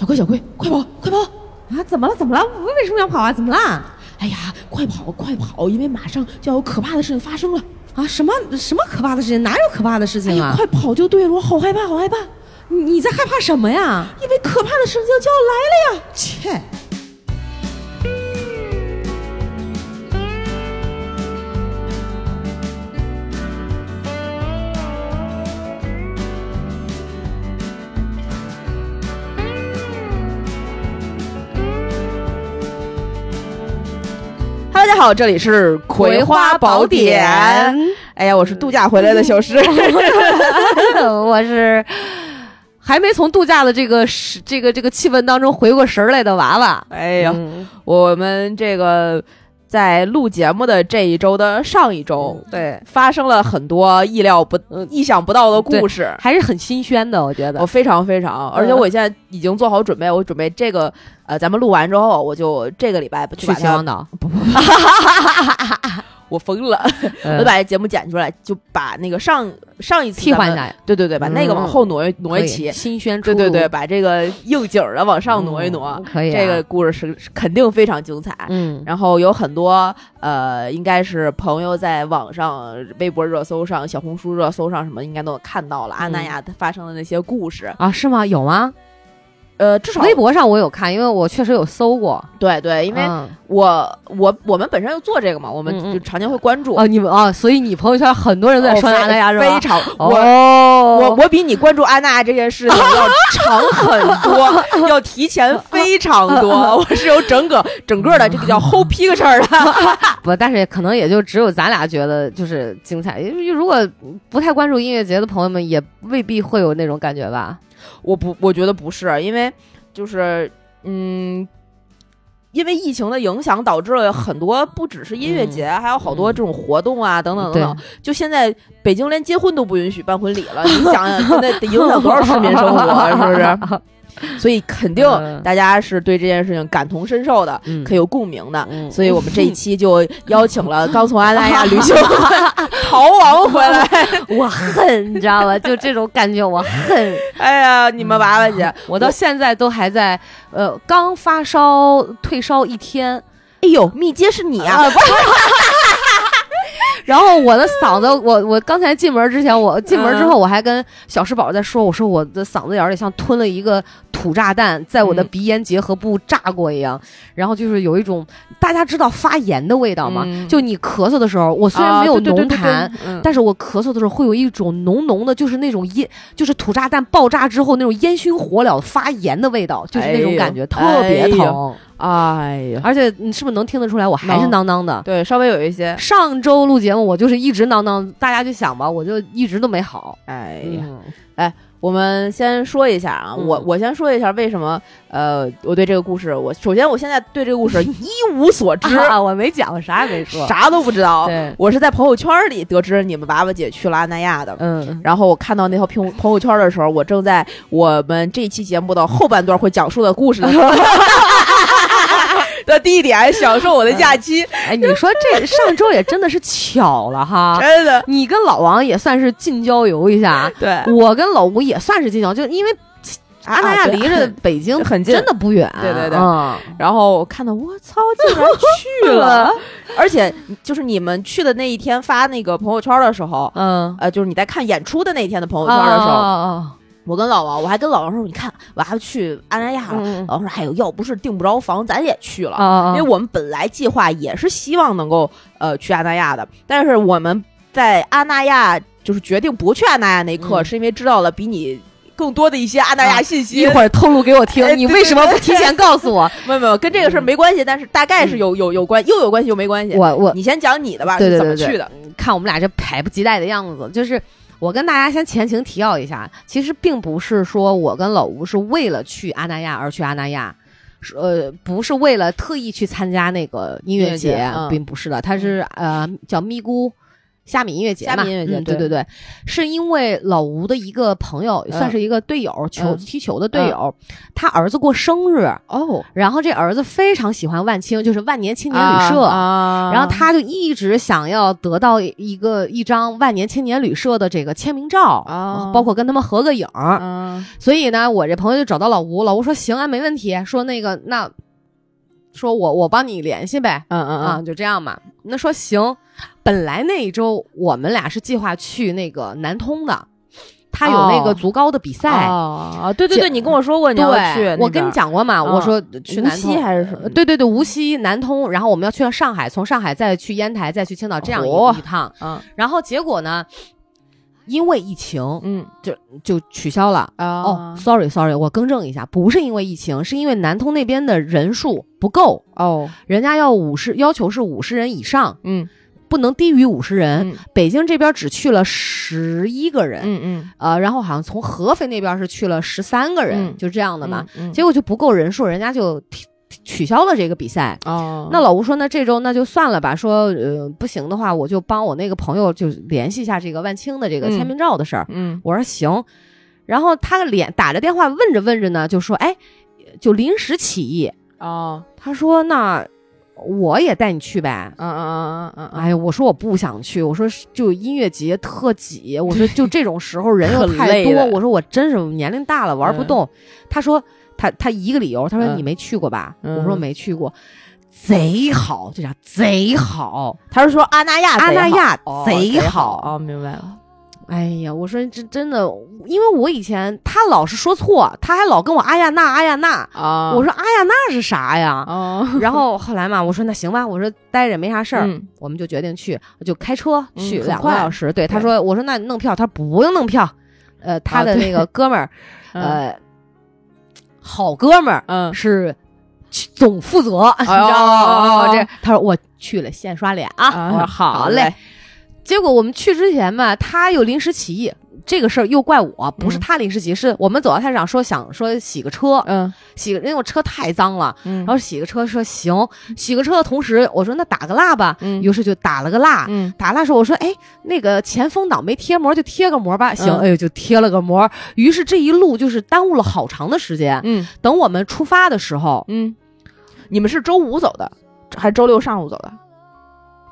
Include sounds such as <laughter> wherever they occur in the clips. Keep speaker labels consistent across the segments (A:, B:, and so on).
A: 小贵，小贵，快跑，快跑！
B: 啊，怎么了？怎么了？为为什么要跑啊？怎么啦？
A: 哎呀，快跑，快跑！因为马上就要有可怕的事情发生了。
B: 啊，什么什么可怕的事情？哪有可怕的事
A: 哎
B: 情
A: 呀，
B: 啊？
A: 快跑就对了，我好害怕，好害怕，
B: 你你在害怕什么呀？
A: 因为可怕的事情就要来了呀！
B: 切！
C: Hello，大家好，这里是《葵花宝典》。 <laughs> 哎呀，我是度假
B: <laughs>
C: 回来的小诗，
B: 我是还没从度假的这个时这个这个气氛当中回过神儿来的娃娃。
C: 哎呀，
B: 嗯
C: 我们这个在录节目的这一周的上一周，
B: 嗯对，嗯
C: 发生了很多意料不、意想不到的故事。
B: 还是很新鲜的，我觉得
C: 我。非常非常，
B: 嗯
C: 而且我现在已经做好准备，我准备这个呃，咱们录完之后，我就这个礼拜就
B: 去
C: 把
B: 秦皇
C: 它，
B: 岛，
C: 我疯了，我就
B: 呃
C: 把这节目剪出来，就把那个上上一次
B: 替
C: 咱们
B: 换一，下，嗯
C: 对对对，把那个往后挪一挪
B: 可
C: 一
B: 以
C: 起，
B: 新鲜出
C: 对
B: 炉，
C: 对对，把这个应景儿的往上挪一挪，
B: 嗯可以啊。
C: 这个故事是是肯定非常精彩。
B: 嗯，
C: 然后有很多呃，应该是朋友在网上、微博热搜上、小红书热搜上什么，应该都看到了阿
B: 嗯
C: 那亚发生的那些故事。
B: 啊，是吗？有吗？
C: 呃，至少
B: 微博上我有看，因为我确实有搜过，
C: 对对，因为
B: 嗯
C: 我我我们本身就做这个嘛，我们
B: 嗯嗯
C: 就常年会关注。
B: 哦，你们哦，所以你朋友圈很多人都在刷
C: 哦
B: 阿那亚是
C: 非
B: 吧
C: 非？常我。我
B: 哦，
C: 我比你关注阿那亚这件事情
B: <laughs>
C: 要长很多，要提前非常
B: 嗯
C: 多。 <laughs> 我是有整个整个的这个叫 whole picture 的， <laughs>
B: 不，但是可能也就只有咱俩觉得就是精彩，因为如果不太关注音乐节的朋友们，也未必会有那种感觉吧。
C: 我不，我觉得不是，因为就是嗯，因为疫情的影响，导致了很多不只是音乐
B: 嗯
C: 节，还有好多这种活动啊，等等等等。就现在北京连结婚都不允许办婚礼了，你想想，现在得影响多少市民生活啊，是不是？
B: <laughs>
C: 所以肯定
B: 嗯
C: 大家是对这件事情感同身受的，
B: 嗯
C: 可以有共鸣的。
B: 嗯
C: 所以我们这一期就邀请
B: <laughs>
C: 了刚从阿那亚旅行 <laughs> 逃亡回来，
B: <laughs> 我恨，你知道吧？就这种感觉，我恨。
C: 哎呀，你们娃娃姐，
B: 我到现在都还在，呃，刚发烧退烧一天，
C: 哎呦，密接是你啊！
B: 然后我的嗓子，我我刚才进门之前，
C: 嗯
B: 我进门之后我还跟小石宝在说，我说我的嗓子眼儿里像吞了一个土炸弹，在我的
C: 嗯
B: 鼻炎结核部炸过一样，然后就是有一种大家知道发炎的味道吗？
C: 嗯啊
B: 就你咳嗽的时候，我虽然没有浓痰。，
C: 但
B: 但是我咳嗽的时候会有一种浓浓的，就是那种烟，就是土炸弹爆炸之后那种烟熏火燎发炎的味道，就是那种感觉，特
C: 哎
B: 别
C: 呦
B: 疼。
C: 哎呀，
B: 而且嗯你是不是能听得出来，我还是
C: 能
B: 囔囔的？
C: 对，稍微有一些，
B: 上周录节目，我就是一直囔囔，大家就想吧，我就一直都没好。
C: 哎呀。
B: 嗯
C: 我们先说一下啊，
B: 嗯
C: 我我先说一下为什么，呃，我对这个故事，我首先我现在对这个故事一无所知，
B: 啊，我没讲，我啥也没说。
C: 啥都不知道。
B: 对，
C: 我是在朋友圈里得知你们娃娃姐去了阿那亚的。
B: 嗯，
C: 然后我看到那条朋友朋友圈的时候，我正在我们这期节目的后半段会讲述的故事的 <laughs> 的地点，享受我的假期，
B: 哎，你说这上周也真的是巧了
C: <laughs>
B: 哈，
C: 真的啊
B: 你跟老王也算是近郊游一
C: <laughs>
B: 下，
C: 对。
B: 我跟老吴也算是近郊，就因为阿那亚
C: 啊对
B: 离
C: <laughs>
B: 着北京
C: 很近
B: 真的不远。
C: 对对对
B: 嗯
C: 然后我看到我操，竟然去 <laughs> 了！而且就是你们去的那一天发那个朋友圈的时候，
B: 嗯，哦
C: 呃，就是你在看演出的那一天的朋
B: 我
C: 友圈的时候，
B: 候，
C: 我跟老王，我还跟老王说，你看我还去阿那亚了。
B: 嗯
C: 老王说，哎呦，要不是订不着房，咱也去了。
B: 啊，
C: 因为我们本来计划也是希望能够呃去阿那亚的，但是我们在阿那亚就是决定不去阿那亚那一刻，
B: 嗯啊
C: 是因为知道了比你更多的一些阿那亚信息。
B: 一会儿透露给我听
C: 哎，
B: 你
C: 对
B: 为
C: 对
B: 什么
C: 对
B: 不提前告诉
C: <laughs>
B: 我？
C: 没有没有，跟这个事儿没关系，但是大概是有有有关，又有关系又没关系。
B: 嗯我我
C: 你先讲你的吧，
B: 对对
C: 是怎么
B: 对对
C: 去的？
B: 看我们俩这迫不及待的样子，就是我跟大家先前情提要一下，其实并不是说我跟老吴是为了去阿那亚而去阿那亚。是呃，不是为了特意去参加那个音
C: 音乐
B: 乐
C: 节
B: 节，
C: 嗯
B: 并不是的，它是呃叫咪咕虾米音乐节嘛，
C: 虾米音乐节
B: 嗯
C: 对
B: 对对，是因为老吴的一个朋友，
C: 嗯
B: 算是一个队友，球
C: 嗯
B: 踢球的队友，他儿子过生日，
C: 哦，
B: 然后这儿子非常喜欢万青，就是万年青年旅社。
C: 啊，
B: 然后他就一直想要得到一个一张万年青年旅社的这个签名照，
C: 啊
B: 包括跟他们合个影儿。
C: 啊，
B: 所以呢，我这朋友就找到老吴，老吴说行啊，没问题，说那个那，说我我帮你联系呗，
C: 嗯嗯
B: 啊，
C: 嗯，
B: 就这样嘛。那说行，本来那一周我们俩是计划去那个南通的，他有那个
C: 哦
B: 足高的比赛，
C: 哦，对对
B: 这
C: 对，你跟我说过你
B: 对
C: 要去那边，，
B: 我跟你讲过嘛，
C: 嗯
B: 我说去
C: 无
B: 南呃
C: 锡
B: 通。
C: 还是什么？
B: 对对对，无锡、南通，然后我们要去到上海，从上海再去烟台，再去青岛，这样一、
C: 哦
B: 一趟。
C: 嗯
B: 然后结果呢，因为疫情
C: 嗯
B: 就取消了。
C: 啊
B: 哦，sorry sorry，我更正一下，不是因为疫情，是因为南通那边的人数不够，
C: 哦
B: 人家要五十，要求是五十人以上，
C: 嗯
B: 不能低于五十人。
C: 嗯
B: 北京这边只去了十一个人，
C: 嗯嗯，
B: 呃，然后好像从合肥那边是去了十三个人，
C: 嗯
B: 就这样的嘛。
C: 嗯？嗯
B: 结果就不够人数，人家就提取消了这个比赛。
C: 哦，
B: 那老吴说：“那这周那就算了吧，说呃不行的话，我就帮我那个朋友就联系一下这个万青的这个
C: 嗯
B: 签名照的事儿。
C: 嗯
B: 我说行，然后他脸打着电话问着问着呢，就说：“哎，就临时起意。
C: 哦”
B: 他说：“那我也带你去呗。”
C: 嗯嗯嗯嗯嗯
B: 哎呀，我说我不想去，我说是就音乐节特挤，我说就这种时候人又
C: 很
B: 太
C: 累
B: 多
C: 的，
B: 我说我真是年龄大了玩不
C: 嗯
B: 动。他说他他一个理由，他说
C: 嗯
B: 你没去过吧？我说
C: 嗯
B: 没去过，贼好，这叫贼好，
C: 嗯，他是说阿那亚
B: 阿
C: 贼
B: 那
C: 好
B: 亚
C: 哦
B: 贼
C: 贼
B: 好。
C: 哦，明白了，
B: 哎呀，我说这真的，因为我以前他老是说错，他还老跟我阿亚那阿亚那，
C: 啊
B: 我说阿亚那是啥呀？
C: 哦
B: 然后后来嘛，我说那行吧，我说待着没啥事儿，
C: 嗯
B: 我们就决定去，就开车
C: 嗯
B: 去
C: 很
B: 两个
C: 快
B: 小时。对，他
C: 对
B: 说，我说那你弄票，他说不用弄票，呃，他
C: 啊
B: 的
C: 对
B: 那个哥们儿，
C: <laughs> 嗯
B: 呃，好哥们儿
C: 嗯
B: 是去总负责，你知
C: 哎呦
B: 道吗？
C: 哎
B: 哦
C: 呦
B: 这他说我去了，现刷脸啊，我说好嘞。
C: 嘞，
B: 结果我们去之前吧，他又临时起意。这个事儿又怪我，不是
C: 嗯
B: 他临时起意，是我们走到菜市场说想说洗个车，
C: 嗯
B: 洗个因为我车太脏了，
C: 嗯，
B: 然后洗个车说行，洗个车的同时我说那打个蜡吧，
C: 嗯
B: 于是就打了个蜡，
C: 嗯
B: 打蜡时候，我说，哎，那个前风挡没贴膜，就贴个膜吧。行，
C: 嗯
B: 哎呦，就贴了个膜。于是这一路就是耽误了好长的时间。
C: 嗯
B: 等我们出发的时候，
C: 嗯，你们是周五走的还是周六上午走的？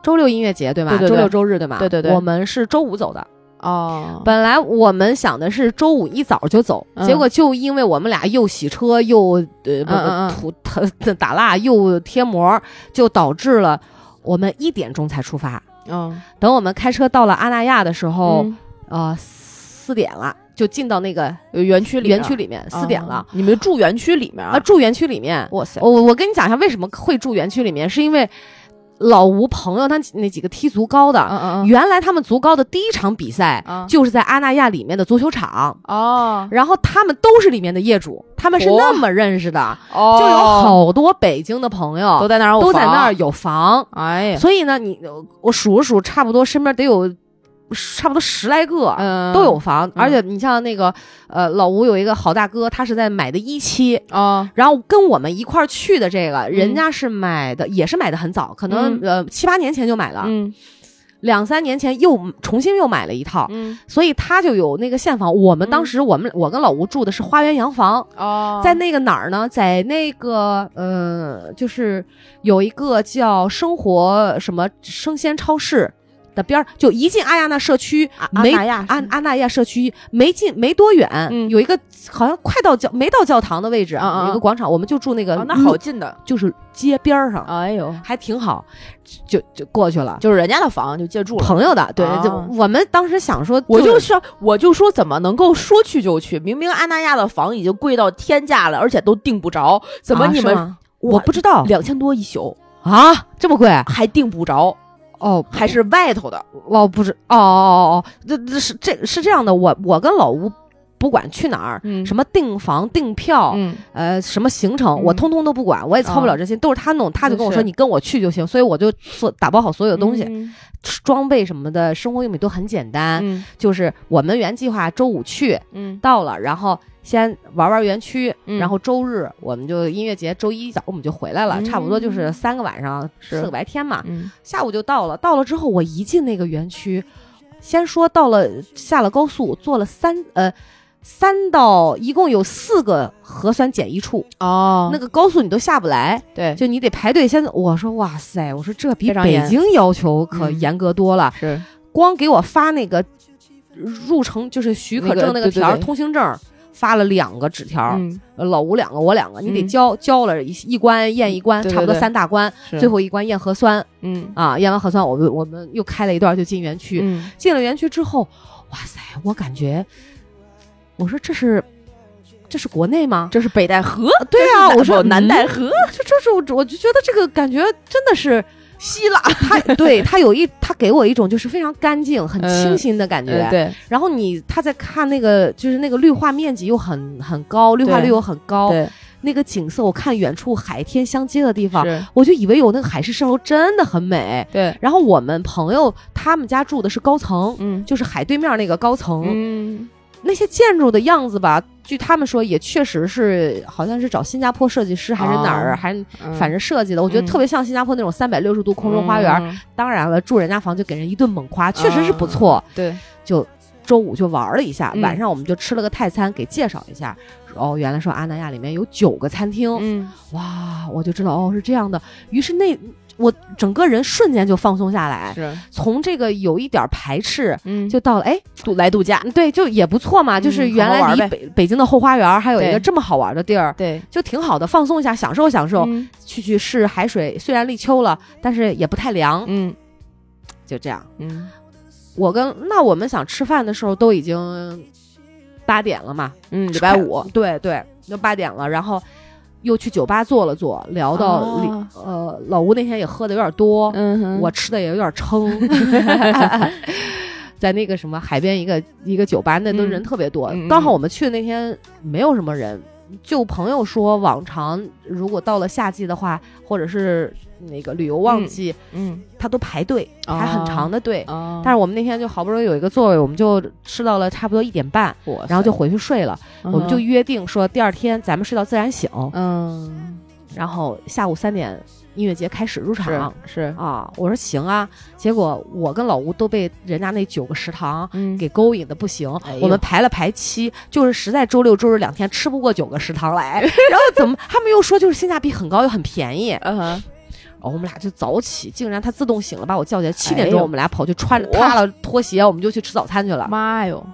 B: 周六音乐节对吗？
C: 对对
B: 周
C: 对
B: 六周日对吗？
C: 对对对
B: 我们是周五走的。
C: 哦
B: 本来我们想的是周五一早就走，
C: 嗯
B: 结果就因为我们俩又洗车又呃不
C: 嗯嗯
B: 涂打打蜡又贴膜，就导致了我们一点钟才出发。
C: 嗯
B: 等我们开车到了阿那亚的时候，
C: 嗯
B: 呃，四点了，就进到那个
C: 有园区里
B: 园
C: 面哦
B: 区里面，四点了
C: 啊，你们住园区里面
B: 啊，？住园区里面。
C: 哇塞，
B: 我我跟你讲一下为什么会住园区里面，是因为老吴朋友他那几个踢足高的，
C: 嗯嗯
B: 原来他们足高的第一场比赛
C: 嗯，
B: 就是在阿那亚里面的足球场，
C: 哦
B: 然后他们都是里面的业主，他们是
C: 嚯
B: 那么认识的，
C: 哦
B: 就有好多北京的朋
C: 都
B: 友
C: 在那儿，
B: 都在那儿，有房，
C: 哎呀，
B: 所以呢，你我数了数，差不多身边得有差不多十来个，
C: 嗯
B: 都有房，而且你像那个呃老吴有一个好大哥，他是在买的一期，
C: 啊
B: 然后跟我们一块儿去的这个人家是买的，也是买的很早，可能、
C: 嗯
B: 呃七八年前就买了，
C: 嗯
B: 两三年前又重新又买了一套，
C: 嗯
B: 所以他就有那个现房。我们当时我们、我跟老吴住的是花园洋房。
C: 哦，
B: 在那个哪儿呢？在那个呃，就是有一个叫生活什么生鲜超市的边儿，就一进阿亚那社区，
C: 阿
B: 没
C: 那亚
B: 安阿那亚社区没进没多远，
C: 啊嗯
B: 有一个好像快到教没到教堂的位置，
C: 嗯嗯
B: 有一个广场，我们就住那个、嗯
C: 哦那好，近的，
B: 就是街边儿上，
C: 哎呦，
B: 还挺好，就就过去了。
C: 就是人家的房就借住了。
B: 朋友的，对，
C: 啊
B: 就我们当时想说，
C: 我就是说，我就说怎么能够说去就去？明明阿那亚的房已经贵到天价了，而且都订不着，怎么
B: 啊
C: 你
B: 是
C: 们、
B: 吗我不知道
C: 两千多一宿
B: 啊，这么贵
C: 还订不着，
B: 哦，
C: 还是外头的？
B: 我不知哦哦哦哦，这这是这是这样的，我我跟老吴不管去哪儿，
C: 嗯
B: 什么订房订票，
C: 嗯
B: 呃，什么行程，
C: 嗯
B: 我通通都不管，我也操不了这心，都是他弄，他就跟我说
C: 是
B: 你跟我去就行，所以我就所打包好所有东西，
C: 嗯
B: 装备什么的，生活用品都很简单，
C: 嗯
B: 就是我们原计划周五去
C: 嗯
B: 到了，然后先玩玩园区，
C: 嗯
B: 然后周日我们就音乐节，周一早我们就回来了，
C: 嗯
B: 差不多就是三个晚上
C: 是
B: 四个白天嘛，
C: 嗯
B: 下午就到了。到了之后，我一进那个园区，先说到了下了高速，坐了三呃三到一共有四个核酸检疫处，
C: 哦
B: 那个高速你都下不来，
C: 对
B: 就你得排队先。我说哇塞，我说这比
C: 非常
B: 北
C: 严
B: 京要求可
C: 嗯
B: 严格多了，
C: 是
B: 光给我发那个入城就是许可证那
C: 那个
B: 个
C: 对对
B: 条儿，
C: 对
B: 通行证儿发了两个纸条儿，
C: 嗯
B: 呃老吴两个，我两个，你得
C: 嗯
B: 交交了一一关验一关，
C: 对对
B: 差不多
C: 对
B: 三大关，
C: 是
B: 最后一关验核酸
C: 嗯
B: 啊，验完核酸我们我们又开了一段就进园区，
C: 嗯
B: 进了园区之后，哇塞，我感觉，我说这是这是国内吗？
C: 这是北戴河
B: 对啊，我说
C: 南戴
B: 嗯
C: 河
B: 这这是我我就觉得这个感觉真的是。
C: 希腊
B: <laughs> 他对他有一，他给我一种就是非常干净、很清新的感觉。
C: 对
B: 然后你他在看那个，就是那个绿化面积又很很高，绿化
C: 对
B: 率又很高，
C: 对
B: 那个景色，我看远处海天相接的地方，
C: 是嗯
B: 我就以为有那个海市蜃楼，真的很美。
C: 对
B: 然后我们朋友他们家住的是高层，
C: 嗯
B: 就是海对面那个高层，
C: 嗯
B: 那些建筑的样子吧，据他们说也确实是，好像是找新加坡设计师还是哪儿，
C: 哦
B: 还是反正设计的，我觉得
C: 嗯
B: 特别像新加坡那种三百六十度空中花园。
C: 嗯
B: 当然了，住人家房就给人一顿猛夸，确实是不错。
C: 嗯对
B: 就周五就玩了一下，
C: 嗯
B: 晚上我们就吃了个泰餐，给介绍一下。哦，原来说阿那亚里面有九个餐厅，
C: 嗯
B: 哇，我就知道哦是这样的。于是那我整个人瞬间就放松下来，
C: 是
B: 从这个有一点排斥，
C: 嗯
B: 就到了哎，
C: 度来度假
B: 对，就也不错嘛，
C: 嗯
B: 就是原
C: 好好
B: 来
C: 玩
B: 离
C: 呗
B: 北北京的后花园还有一个
C: 对
B: 这么好玩的地儿，
C: 对
B: 就挺好的，放松一下，享受享受。
C: 嗯
B: 去去试海水，虽然立秋了，但是也不太凉，
C: 嗯
B: 就这样。
C: 嗯
B: 我跟那我们想吃饭的时候都已经八点了嘛，
C: 嗯礼拜五
B: 对对，都八点了，然后又去酒吧坐了坐，聊到里、
C: 哦
B: 呃老吴那天也喝的有点多，
C: 嗯哼
B: 我吃的也有点
C: <laughs>
B: 撑，在那个什么海边一个一个酒吧，那都
C: 嗯
B: 人特别多，
C: 嗯嗯
B: 刚好我们去的那天没有什么人。就朋友说，往常如果到了夏季的话，或者是那个旅游旺
C: 嗯
B: 季，
C: 嗯
B: 他都排队，排很
C: 哦
B: 长的队。
C: 哦
B: 但是我们那天就好不容易有一个座位，我们就吃到了差不多一点半，
C: 我
B: 然后就回去睡了。我们就约定说第二天咱们睡到自然醒，
C: 嗯
B: 然后下午三点音乐节开始入场。
C: 是是
B: 啊，我说行啊，结果我跟老吴都被人家那九个食堂
C: 嗯
B: 给勾引的不行，
C: 哎呦
B: 我们排了排期，就是实在周六周日两天吃不过九个食堂来， <laughs> 然后怎么他们又说就是性价比很高又很便宜，
C: 嗯哼
B: 哦，我们俩就早起，竟然他自动醒了，把我叫起来。七点
C: 哎
B: 钟，
C: 呦
B: 我们俩跑去穿着
C: 哇
B: 塌了拖鞋，我们就去吃早餐去了，
C: 妈哟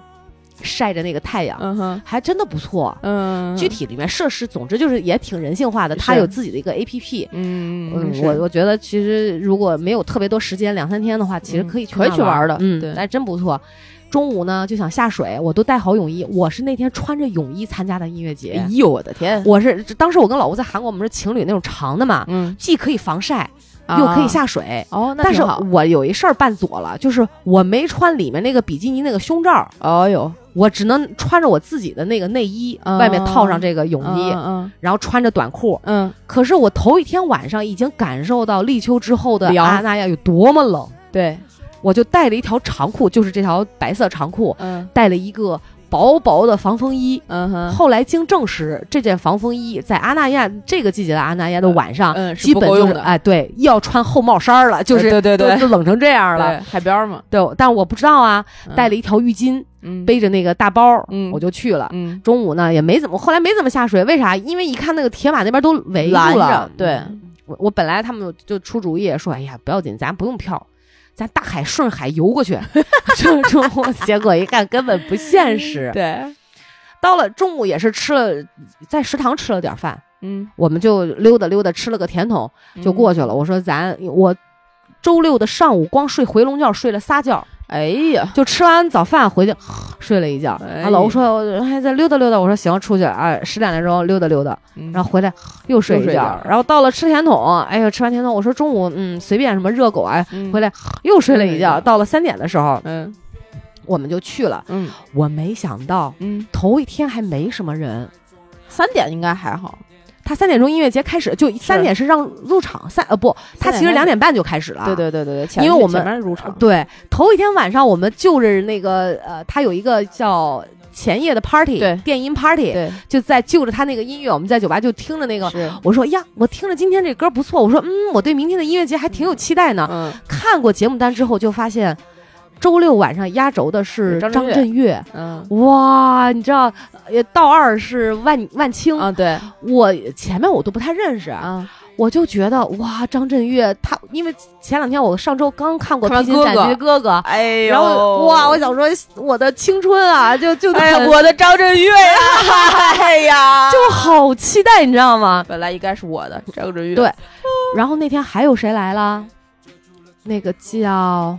B: 晒着那个太阳，
C: 嗯哼
B: 还真的不错。
C: 嗯
B: 具体里面设施，总之就是也挺人性化的，它
C: 是
B: 有自己的一个 A P P。
C: 嗯
B: 嗯，
C: 是
B: 我我觉得其实如果没有特别多时间，两三天的话，其实
C: 嗯
B: 可以去
C: 可以
B: 那
C: 去
B: 玩
C: 玩的
B: 嗯，
C: 对
B: 哎，真不错。中午呢就想下水，我都带好泳衣，我是那天穿着泳衣参加的音乐节。
C: 哎呦我的天
B: 我是当时我跟老吴在韩国，我们是情侣那种长的嘛，
C: 嗯
B: 既可以防晒，又可以下水。
C: 哦啊那
B: 但是
C: 挺好
B: 我有一事儿办左了，就是我没穿里面那个比基尼那个胸罩，
C: 哦哟
B: 我只能穿着我自己的那个内衣，
C: 嗯
B: 外面套上这个泳衣，
C: 嗯
B: 然后穿着短裤。
C: 嗯
B: 可是我头一天晚上已经感受到立秋之后的
C: 凉
B: 阿那亚有多么冷，
C: 对
B: 我就带了一条长裤，就是这条白色长裤，
C: 嗯
B: 带了一个薄薄的防风衣。
C: 嗯哼
B: 后来经证实，这件防风衣在阿那亚这个季节的阿那亚的晚上，
C: 嗯
B: 基本
C: 够
B: 就
C: 用
B: 是
C: 的
B: 哎，对，要穿厚帽衫儿了，就是
C: 对对
B: 都
C: 对
B: 都冷成这样了。
C: 对海边嘛
B: 对，但我不知道啊，带了
C: 一
B: 一条浴巾，
C: 嗯
B: 背着那个大包，
C: 嗯
B: 我就去了。
C: 嗯
B: 中午呢也没怎么，后来没怎么下水，为啥？因为一看那个铁马那边都围住
C: 拦
B: 了
C: 着，嗯对
B: 我我本来他们就出主意说，哎呀不要紧，咱不用票，咱大海顺海游过去。 <laughs> 这中午结果一看根本不现实。
C: 对
B: 到了中午也是吃了，在食堂吃了点饭，
C: 嗯
B: 我们就溜达溜达吃了个甜筒就过去了。我说咱我周六的上午光睡回笼觉睡了仨觉。
C: 哎呀
B: 就吃完早饭回去 <sighs> 睡了一觉。
C: 哎
B: 啊，老吴说我还在溜达溜达，我说行，出去啊，十点来钟溜达溜达，
C: 嗯
B: 然后回来又睡一
C: 又睡一
B: 觉
C: 觉，
B: 然后到了吃甜筒，哎呦，吃完甜筒，我说中午嗯随便什么热狗啊，
C: 嗯
B: 回来又睡了一
C: 又睡一觉
B: 觉。到了三点的时候，
C: 嗯
B: 我们就去了。
C: 嗯
B: 我没想到
C: 嗯
B: 头一天还没什么人。
C: 三点应该还好
B: 他三点钟音乐节开始，就三点是让入场，三呃不，他其实
C: 三点半
B: 两点半就开始了。
C: 对对对对对
B: 因为我们
C: 前面入场
B: 对，头一天晚上我们就着那个呃，他有一个叫前夜的 party，
C: 对
B: 电音 party，
C: 对，
B: 就在就着他那个音乐，我们在酒吧就听着那个。
C: 是，
B: 我说呀，我听着今天这歌不错，我说嗯，我对明天的音乐节还挺有期待呢。
C: 嗯
B: 看过节目单之后，就发现周六晚上压轴的是
C: 是张
B: 张
C: 震岳
B: 震岳，
C: 嗯
B: 哇，你知道，呃，道二是万万青，
C: 啊，对
B: 我前面我都不太认识，
C: 啊，
B: 我就觉得哇，张震岳他，因为前两天我上周刚看过《
C: 看
B: 披
C: 完
B: 荆斩棘的哥哥》
C: 哎呦，
B: 然后哇，我想说我的青春啊，就就
C: 哎呀，
B: 很
C: 我的张震岳呀，哎 <laughs>
B: <laughs>
C: 呀，
B: 就好期待，你知道吗？
C: 本来应该是我的张震岳，
B: 对然后那天还有谁来了？那个叫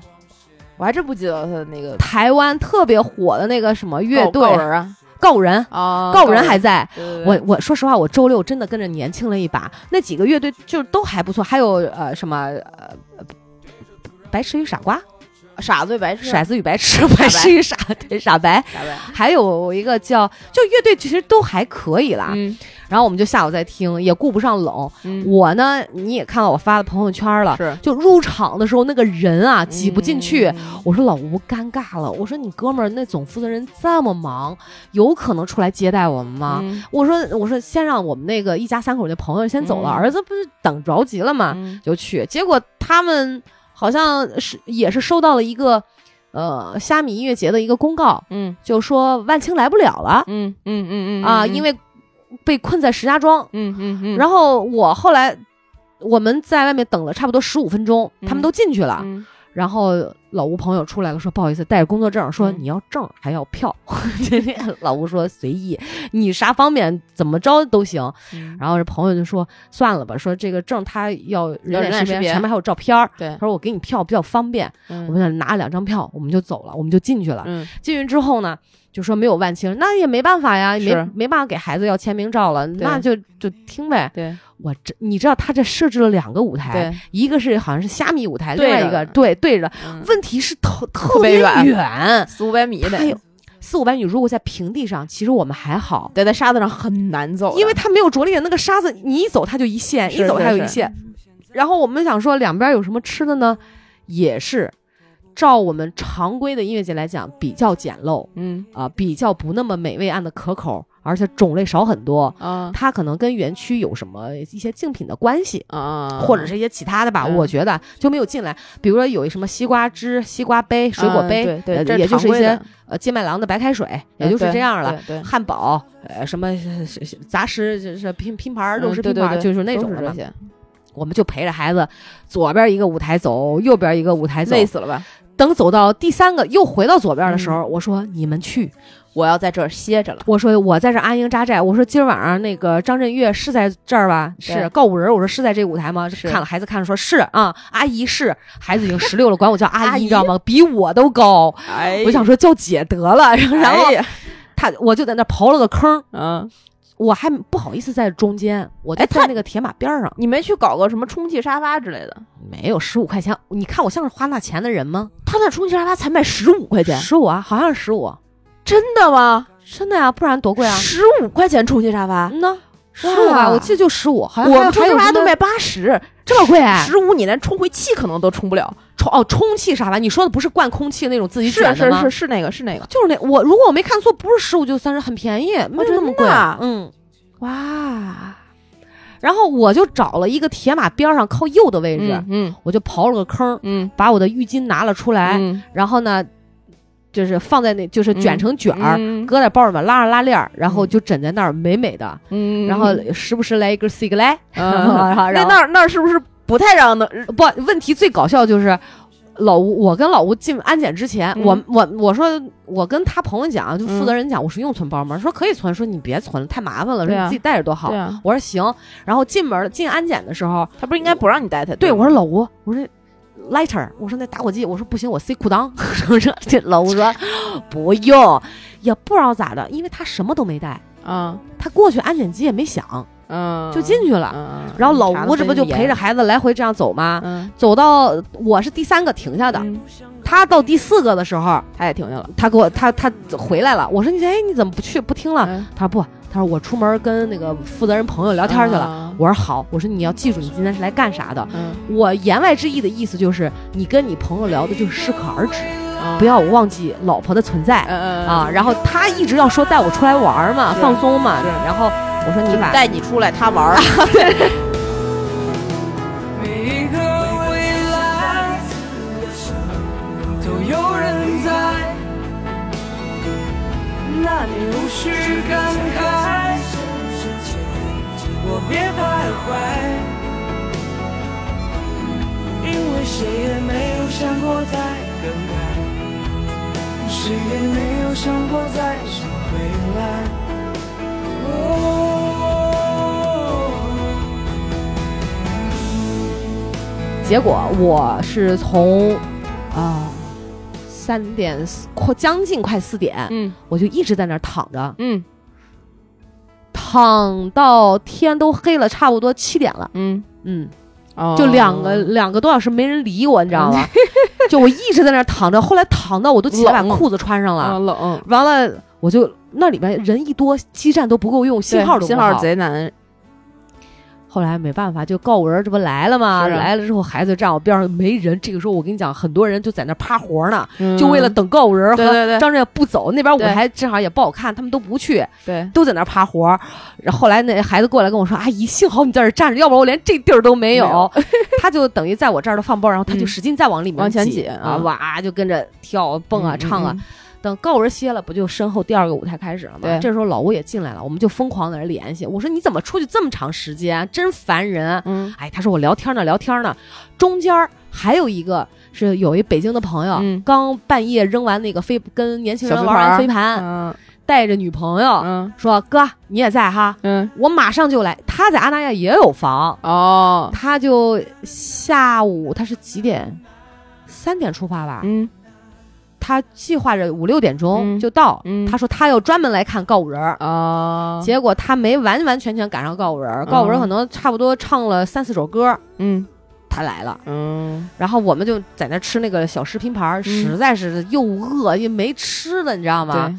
C: 我还真不记得他的那个
B: 台湾特别火的那个什么乐
C: 告
B: 队
C: 告人啊，
B: 告五人，
C: 啊，
B: 告五人还在。
C: 对对对
B: 我我说实话，我周六真的跟着年轻了一把。那几个乐队就都还不错，还有呃什么呃，白痴与傻瓜，
C: 傻子与白痴啊，
B: 骰子与白痴，白痴与傻对傻
C: <laughs>
B: 白，
C: 傻白，
B: 还有一个叫就乐队其实都还可以啦。
C: 嗯
B: 然后我们就下午再听，也顾不上冷。
C: 嗯，
B: 我呢，你也看到我发的朋友圈了，
C: 是
B: 就入场的时候那个人啊挤不进去。
C: 嗯
B: 我说老吴尴尬了，我说你哥们儿那总负责人这么忙，有可能出来接待我们吗？
C: 嗯
B: 我说我说先让我们那个一家三口那朋友先走了，
C: 嗯
B: 儿子不是等着急了吗？
C: 嗯
B: 就去，结果他们好像是也是收到了一个呃虾米音乐节的一个公告，
C: 嗯
B: 就说万青来不了了、
C: 嗯嗯嗯嗯
B: 啊，因
C: 为
B: 为被困在石家庄。
C: 嗯嗯嗯，
B: 然后我后来我们在外面等了差不多十五分钟，他们
C: 嗯
B: 都进去了，
C: 嗯
B: 然后老吴朋友出来了，说不好意思，带着工作证，说
C: 嗯
B: 你要证还要
C: <laughs>
B: 票。老吴说随意，你啥方便怎么着都行。
C: 嗯
B: 然后这朋友就说算了吧，说这个证他要
C: 要
B: 人脸
C: 人
B: 识
C: 脸识
B: 别，
C: 别
B: 前面还有照片儿。
C: 对
B: 他，说我给你票比较方便，我们俩拿了两张票，我们就走了，我们就进去了。
C: 嗯
B: 进去之后呢，就说没有万青，那也没办法呀，没
C: 是
B: 没办法给孩子要签名照了，那就就听呗。
C: 对
B: 我这你知道他这设置了两个舞台，
C: 对，
B: 一个是好像是虾米舞台，
C: 对
B: 另
C: 着
B: 外一个对对着，
C: 嗯哎
B: 问题是特特
C: 特
B: 别
C: 别远
B: 远，
C: 四五百米
B: 还有
C: 得，
B: 四五百米，如果在平地上，其实我们还好。
C: 得在沙子上很难走的，
B: 因为它没有着力点，那个沙子你一走它就一陷，
C: 是
B: 一走它就是一陷。然后我们想说两边有什么吃的呢？也是，照我们常规的音乐节来讲，比较简陋
C: 嗯
B: 啊、比较不那么美味暗的可口，而且种类少很多。
C: 啊
B: 它可能跟园区有什么一些竞品的关系，
C: 啊，
B: 或者是一些其他的吧。
C: 嗯
B: 我觉得就没有进来，比如说有一什么西瓜汁、西瓜杯、水果
C: 嗯
B: 杯，
C: 对对
B: 呃
C: 这
B: 也就是一
C: 常规
B: 些
C: 的
B: 呃金麦郎的白开水，也就是这样了。，
C: 哎对对
B: 汉堡，呃，什么呃是是杂食，就是拼拼盘儿、
C: 对，
B: 肉食
C: 嗯对
B: 拼
C: 对
B: 盘儿，
C: 对
B: 就是那
C: 都
B: 种
C: 是
B: 的
C: 这
B: 嘛。
C: 些，
B: 我们就陪着孩子，左边一个舞台走，右边一个舞台走
C: 累。死了吧？
B: 等走到第三个，又回到左边的时
C: 嗯
B: 候，我说你们去，
C: 我要在这儿歇着了，
B: 我说我在这安营扎寨。我说今儿晚上那个张震岳是在这儿吧？
C: 对
B: 是告五人，我说是在这舞台吗？
C: 是
B: 看了孩子看着说是啊，阿姨是，孩子已经十六了，管我叫阿
C: 阿
B: 姨，
C: 姨
B: 你知道吗？比我都高。
C: 哎
B: 我想说叫姐得了，然后
C: 哎呀
B: 他我就在那儿刨了个坑，
C: 嗯，
B: 我还不好意思在中间，我就
C: 哎
B: 在
C: 他
B: 那个铁马边儿上，
C: 你没去搞个什么充气沙发之类的？
B: 没有十五块钱。你看我像是花那钱的人吗？
C: 他那充气沙发才卖十五块钱，
B: 十五啊，好像是十五，
C: 真的吗？
B: 真的呀、不然多贵啊？
C: 十五块钱充气沙发，
B: 嗯呢，十五吧，
C: 哇
B: 我记得就十五，好像
C: 我
B: 还
C: 们
B: 有
C: 充
B: 还
C: 气
B: 有
C: 沙发
B: 什
C: 都
B: 么
C: 卖八十，
B: 这么贵、啊？
C: 十五你连充回气可能都充不了。
B: 充哦，充气沙发，你说的不是灌空气那种自己
C: 是啊
B: 卷的
C: 是
B: 吗？
C: 是是那个是那个，
B: 就是那我如果我没看错，不是十五就三十，很便宜，没有那么
C: 真
B: 贵。
C: 的啊
B: 嗯，
C: 哇，
B: 然后我就找了一个铁马边儿上靠右的位置，
C: 嗯嗯
B: 我就刨了个坑，
C: 嗯，
B: 把我的浴巾拿了出来，
C: 嗯
B: 然后呢，就是放在那，就是卷成卷儿，
C: 嗯
B: 搁在包里面拉上拉链儿，然后
C: 嗯
B: 就枕在那儿美美的，
C: 嗯，
B: <laughs> 然后时不时来一根 C 个来，
C: 嗯
B: 然后
C: 那
B: 然后
C: 那儿那儿是不是不太让能？
B: 不，问题最搞笑就是。老吴，我跟老吴进安检之前，
C: 嗯
B: 我我我说我跟他朋友讲，就负责人讲，我说用存包吗？说可以存，说你别存了，太麻烦了，说
C: 对啊
B: 你自己带着多好。
C: 对啊，
B: 我说行，然后进门进安检的时候，
C: 他不是应该不让你带他？
B: 对，我
C: 吗
B: 说老吴，我说 lighter，我说那打火机，我说不行，我塞裤裆。 <laughs> 我说这老吴说不用，也不知道咋的，因为他什么都没带，
C: 啊
B: 他过去安检机也没响，
C: 嗯，
B: 嗯就进去了。
C: 嗯。
B: 然后老
C: 查得
B: 吴这
C: 非
B: 不就
C: 常严
B: 陪着孩子来回这样走吗？
C: 嗯，
B: 走到我是第三个停下的，
C: 嗯
B: 他到第四个的时候，
C: 他也停下了。
B: 他给我他他回来了。我说你哎你怎么不去不听了？
C: 嗯
B: 他说不，他说我出门跟那个负责人朋友啊聊天去了。。
C: 啊
B: 我说好，我说你要记住你今天是来干啥的。
C: 嗯
B: 我言外之意的意思就是，你跟你朋友聊的就是适可而止，
C: 啊嗯
B: 不要忘记老婆的存在
C: 嗯嗯
B: 啊。然后他一直要说带我出来玩儿嘛，
C: 对
B: 放松嘛
C: 对。
B: 然后我说你把
C: 带你出来他
B: <laughs>
C: 玩儿。
D: 每一个未来都有人在，那你无需感慨，我别徘徊，因为谁也没有想过再更改，谁也没有想过再说回来。哦。
B: 结果我是从啊三点四快将近快四点，
C: 嗯
B: 我就一直在那儿躺着，
C: 嗯
B: 躺到天都黑了，差不多七点了。
C: 嗯，
B: 嗯，
C: 哦嗯
B: 就两个、两个多小时没人理我，你知道吗？就我一直在那儿躺着，后来躺到我都起来把
C: 冷
B: 裤子穿上
C: <laughs>
B: 了，
C: 啊冷，
B: 完了我就那里边人一多，基站都不够用，信号
C: 对
B: 都不
C: 信
B: 好
C: 号贼难。
B: 后来没办法，就告文儿哎这不来了吗？
C: 是啊
B: 来了之后，孩子站我边上没人。这个时候我跟你讲，很多人就在那趴活呢，
C: 嗯
B: 就为了等告文儿
C: 对对
B: 和
C: 对
B: 张震不走。那边舞
C: 嗯对
B: 台正好也不好看，他们都不去，
C: 对
B: 都在那趴活儿。然后后来那孩子过来跟我说：“阿姨，幸好你在这儿站着，要不然我连这地儿都没有。
C: 没有
B: <laughs> 他就等于在我这儿都放包，然后他就
C: 嗯
B: 使劲再往里面
C: 往前
B: 挤
C: 挤
B: 啊，
C: 嗯
B: 哇，就跟着跳啊蹦啊、
C: 嗯
B: 唱啊。
C: 嗯
B: 等告文歇了，不就身后第二个舞台开始了吗
C: 对？
B: 这时候老吴也进来了，我们就疯狂在那联系。我说你怎么出去这么长时间，啊真烦人。
C: 嗯
B: 哎，他说我聊天呢，聊天呢。中间儿还有一个是有一北京的朋友，
C: 嗯
B: 刚半夜扔完那个飞，跟年轻人
C: 小飞
B: 玩完
C: 盘
B: 飞盘，
C: 嗯
B: 带着女朋友、
C: 嗯
B: 说：“哥，你也在哈，
C: 嗯
B: 我马上就来。”他在阿那亚也有房，
C: 哦
B: 他就下午他是几点？三点出发吧。
C: 嗯
B: 他计划着五六点钟
C: 嗯
B: 就到。
C: 嗯
B: 他说他要专门来看告五人儿，
C: 哦
B: 结果他没完完全全赶上告五人儿，
C: 嗯
B: 告五人儿可能差不多唱了三四首歌，
C: 嗯
B: 他来了。
C: 嗯
B: 然后我们就在那吃那个小食拼盘儿，实在是又饿也没吃的，你知道吗？
C: 对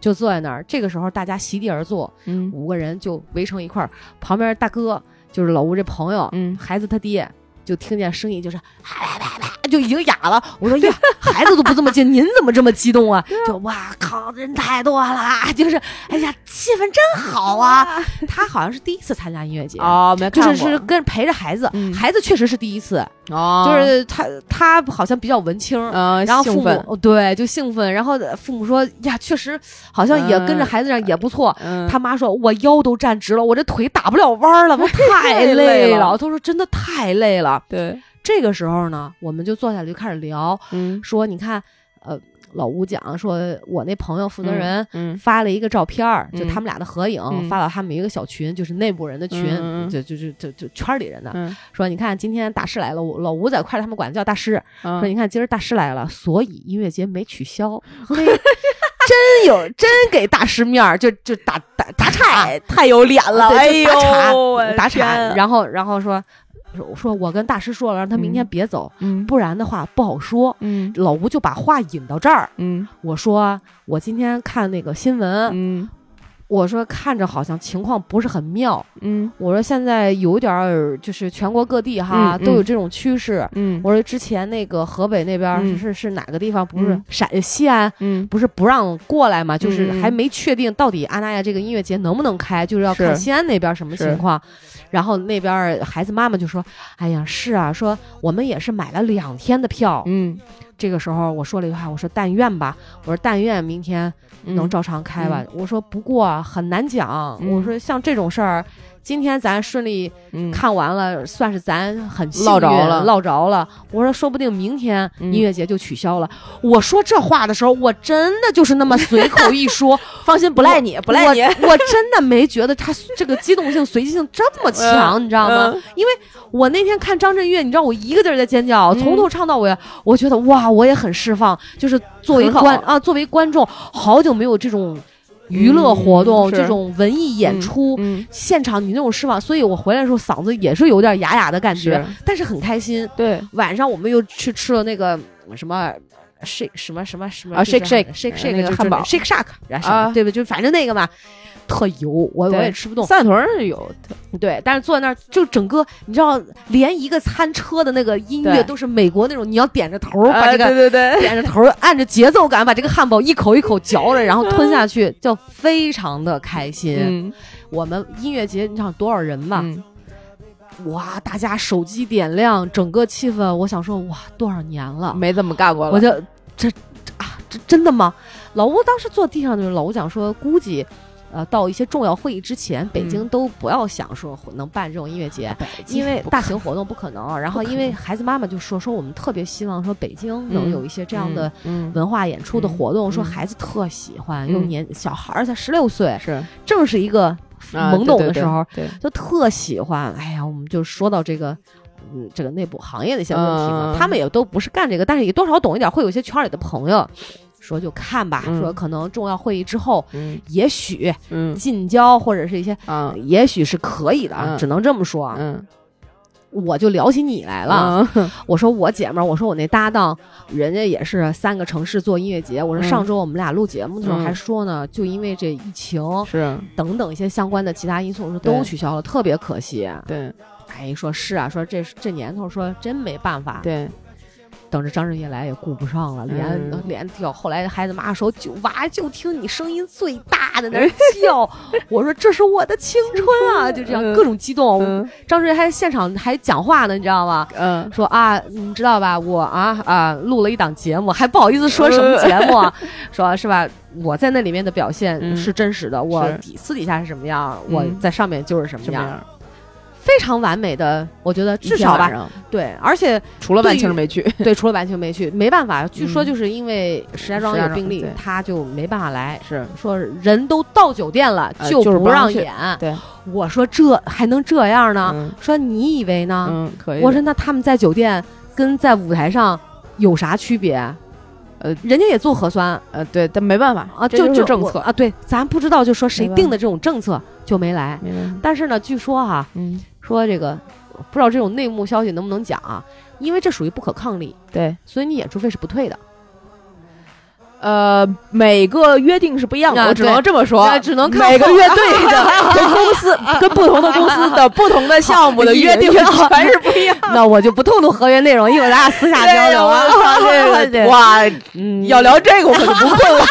B: 就坐在那儿。这个时候大家席地而坐，
C: 嗯
B: 五个人就围成一块儿，旁边大哥就是老吴这朋友，
C: 嗯
B: 孩子他爹。就听见声音，就是啪啪啪啪，就已经哑了。我说呀，孩子都不这么激，您怎么这么激动啊？就哇靠，人太多了，就是哎呀，气氛真好啊。他好像是第一次参加音乐节，
C: 哦没
B: 就是
C: 看
B: 是
C: 过
B: 跟陪着孩子，
C: 嗯
B: 孩子确实是第一次，
C: 哦
B: 就是他他好像比较文青。
C: 嗯
B: 然后父
C: 兴
B: 母
C: 奋
B: 哦对就兴奋，然后父母说呀，确实好像也跟着
C: 嗯
B: 孩子上也不错，
C: 嗯
B: 他妈说：“我腰都站直了，我这腿打不了弯儿了，
C: <laughs>
B: 我太
C: 累
B: 累
C: 了
B: 他说：“真的太累了。
C: 对”
B: 这个时候呢，我们就坐下来就开始聊，
C: 嗯
B: 说：“你看，呃，老吴讲说，我那朋友负责
C: 嗯
B: 人
C: 嗯
B: 发了一个照片儿，就
C: 嗯
B: 他们俩的合影，
C: 嗯
B: 发到他们一个小群，就是内部人的群，
C: 嗯嗯嗯
B: 就就就就就圈里人的，
C: 嗯
B: 说你看今天大师来了，我老吴在快乐他们管他叫大师，说
C: 嗯
B: 你看今儿大师来了，所以音乐节没取消。
C: <laughs>
B: 嘿真有真给大师面儿，就就打打打岔，
C: 太有脸了
B: 对，就打岔、
C: 哎我的
B: 打
C: 天啊
B: 岔，然后然后说说说我跟大师说了，让他明天别走，
C: 嗯
B: 不然的话不好说。
C: 嗯
B: 老吴就把话引到这儿，
C: 嗯
B: 我说我今天看那个新闻，
C: 嗯
B: 我说看着好像情况不是很妙，
C: 嗯
B: 我说现在有点儿就是全国各地哈、
C: 嗯嗯
B: 都有这种趋势，
C: 嗯
B: 我说之前那个河北那边儿是、
C: 嗯
B: 是是哪个地方？不是
C: 嗯
B: 陕、西啊安，
C: 嗯
B: 不是不让过来嘛？就是
C: 嗯嗯
B: 还没确定到底阿那亚这个音乐节能不能开，就是要看
C: 是
B: 西安那边儿什么
C: 是
B: 情况。然后那边儿孩子妈妈就说：“哎呀，是啊，说我们也是买了两天的票。
C: 嗯
B: 这个时候我说了一句话，我说：“但愿吧，我说但愿明天能照常开吧。我说：“不过很难讲。
C: 嗯
B: 我说：“像这种事儿，今天咱顺利
C: 嗯
B: 看完了，算是咱很幸运
C: 落着了
B: 落着了。我说，说不定明天
C: 嗯
B: 音乐节就取消了。我说这话的时候，我真的就是那么随口一说，
C: <laughs> 放心不赖你不赖你
B: 我。我真的没觉得他这个机动性、随机性这么强，你知道吗？
C: 嗯
B: 因为我那天看张震岳，你知道我一个劲儿在尖叫，
C: 嗯
B: 从头唱到尾，我觉得哇，我也很释放。就是作为
C: 很好
B: 观啊，作为观众，好久没有这种娱乐活动、
C: 嗯是
B: 这种文艺演出。
C: 嗯
B: 现场你那种释放，所以我回来的时候嗓子也是有点哑哑的感觉，
C: 是
B: 但是很开心。
C: 对
B: 晚上我们又去吃了那个嗯什么 shake 什么什么什么
C: 啊
B: 就是
C: shake shake
B: shake
C: 呃
B: shake
C: 那个
B: 汉堡
C: 汉堡
B: shake shack 然后什么
C: 啊
B: 对吧？就反正那个嘛，特油，我我
C: 对
B: 也吃不动。
C: 三里屯儿有
B: 对，但是坐在那儿就整个，你知道，连一个餐车的那个音乐
C: 对
B: 都是美国那种，你要点着头把
C: 啊
B: 这个、
C: 对对对，
B: 点着头按着节奏感把这个汉堡一口一口嚼着，然后吞下去，就非常的开心。
C: 嗯
B: 我们音乐节你想多少人吧？
C: 嗯
B: 哇，大家手机点亮，整个气氛，我想说哇，多少年了，
C: 没这么干过
B: 我
C: 了。
B: 就这这啊，这真的吗？老吴当时坐地上就是老吴讲说，估计。呃，到一些重要会议之前，北
C: 嗯
B: 京都不要想说能办这种音乐节，因为大型活动不可
C: <laughs>
B: 能。然后，因为孩子妈妈就说说我们特别希望说北京能
C: 嗯
B: 有一些这样的
C: 嗯，嗯
B: 文化演出的活动，
C: 嗯
B: 说
C: 嗯
B: 孩子特喜欢，又
C: 嗯
B: 年小孩儿才十六岁，
C: 是
B: 正是一个
C: 啊
B: 懵懂
C: 对对
B: 的时候，
C: 对，对
B: 就特喜欢。哎呀，我们就说到这个。嗯，这个内部行业的一些问题嘛，
C: 嗯
B: 他们也都不是干这个，但是也多少懂一点，会有一些圈里的朋友说就看吧，
C: 嗯
B: 说可能重要会议之后，
C: 嗯
B: 也许
C: 嗯
B: 近郊或者是一些，嗯
C: 啊
B: 也许是可以的，啊，
C: 嗯
B: 只能这么说啊。
C: 嗯啊
B: 我就聊起你来了，
C: 了，
B: 我说我姐们儿，我说我那搭档，人家也是三个城市做音乐节。我说
C: 嗯
B: 上周我们俩录节目的时候
C: 嗯
B: 还说呢，就因为这疫情 <laughs>
C: 是
B: 等等一些相关的其他因素，我说都
C: 对
B: 取消了，特别可惜。啊
C: 对
B: 哎，说是啊，说这这年头，说真没办法，
C: 对，
B: 等着张震岳来也顾不上了，连、
C: 嗯
B: 连叫。后来孩子妈说，就娃就听你声音最大的那
C: 哎
B: 儿
C: <laughs>
B: 叫，我说这是我的青春啊，就这样
C: 嗯
B: 各种激动。
C: 嗯
B: 张震岳还现场还讲话呢，你知道吗？
C: 嗯
B: 说啊，你知道吧？我啊啊，录了一档节目，还不好意思说什么节目啊，说是吧？我在那里面的表现
C: 嗯
B: 是真实的，我
C: 是
B: 底私底下是什么样，
C: 嗯
B: 我在上面就是什么
C: 什么
B: 样，
C: 样儿？
B: 非常完美的，我觉得至少吧，
C: 吧，
B: 对，而
C: <laughs>
B: 且
C: 除了万
B: 对于
C: 庆没去，
B: 对，除了晚清没去，没办法，据说
C: 嗯
B: 就是因为石家庄
C: 石
B: 有
C: 家庄
B: 病例
C: 对，
B: 他就没办法来。
C: 是
B: 说人都到酒店了，
C: 呃就是
B: 不
C: 不让
B: 让
C: 去
B: 演。
C: 对，
B: 我说这还能这样呢？
C: 嗯
B: 说你以为呢？
C: 嗯可以的，
B: 啊我说那他们在酒店跟在舞台上有啥区别？
C: 呃
B: 人家也做核酸
C: 呃对，但没办法
B: 啊，
C: 这
B: 就是
C: 政
B: 我
C: 策，
B: 啊，对，咱不知道，就说谁
C: 没办法
B: 定的这种政策就没来。
C: 没办法，
B: 但是呢，据说哈、
C: 嗯
B: 说这个不知道这种内幕消息能不能讲啊？因为这属于不可抗力，
C: 对，
B: 所以你演出费是不退
C: <laughs>
B: 的。
C: 呃，每个约定是不一样的，
B: 啊
C: 我只能
B: 对
C: 这么说
B: 啊，只能靠
C: 每个乐队
B: <laughs>
C: 的跟公司跟不同的公司的不同的项目的约定全是不一样。
B: 那我就不透露合约内容，一会儿咱俩私下交流啊。 <laughs>
C: 对对，哇，
B: 嗯，
C: 要聊这个我可就不困
B: <laughs>
C: 了。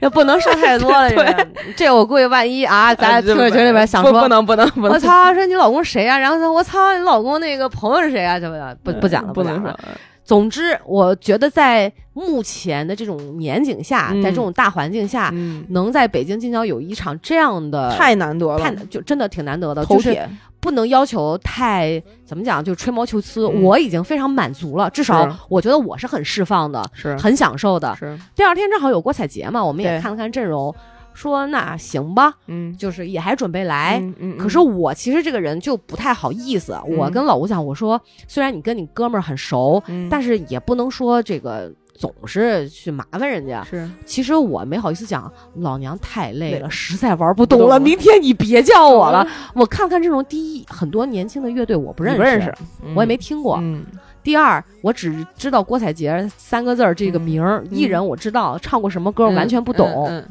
B: 这不能说太多
C: <laughs>
B: 了，这个这我估计万一啊， <laughs> 咱俩听众群里边想
C: 哎不
B: 说
C: 不能不能不能，
B: 我操，说你老公谁啊？然后说我操，你老公那个朋友是谁啊？什么的，不不讲了，
C: 哎不
B: 讲
C: 能
B: 了
C: 说。。
B: 总之，我觉得在目前的这种年景下，
C: 嗯
B: 在这种大环境下，
C: 嗯，
B: 能在北京近郊有一场这样的
C: 太难得了，
B: 嗯太就真的挺难得的，
C: 头
B: 就是
C: 铁，
B: 不能要求太怎么讲，就吹毛求疵。
C: 嗯
B: 我已经非常满足了，至
C: 是
B: 少我觉得我是很释放的，
C: 是
B: 很享受的。
C: 是，
B: 第二天正好有郭采洁嘛，我们也
C: 对
B: 看了看阵容，说那行吧，
C: 嗯，
B: 就是也还准备来。
C: 嗯，嗯
B: 可是我其实这个人就不太好意思，
C: 嗯
B: 我跟老吴讲，我说虽然你跟你哥们儿很熟，
C: 嗯
B: 但是也不能说这个总是去麻烦人家。
C: 是
B: 其实我没好意思讲，老娘太累
C: 累
B: 了，实在玩不动
C: 不动
B: 了。
C: 了嗯
B: 明天你别叫我了。我看看这种第一，很多年轻的乐队我不认识，
C: 不认识，，
B: 我也没听过。
C: 嗯
B: 第二，我只知道郭采洁三个字儿这个名儿，艺人我知道，唱过什么歌我完全不懂。
C: 嗯嗯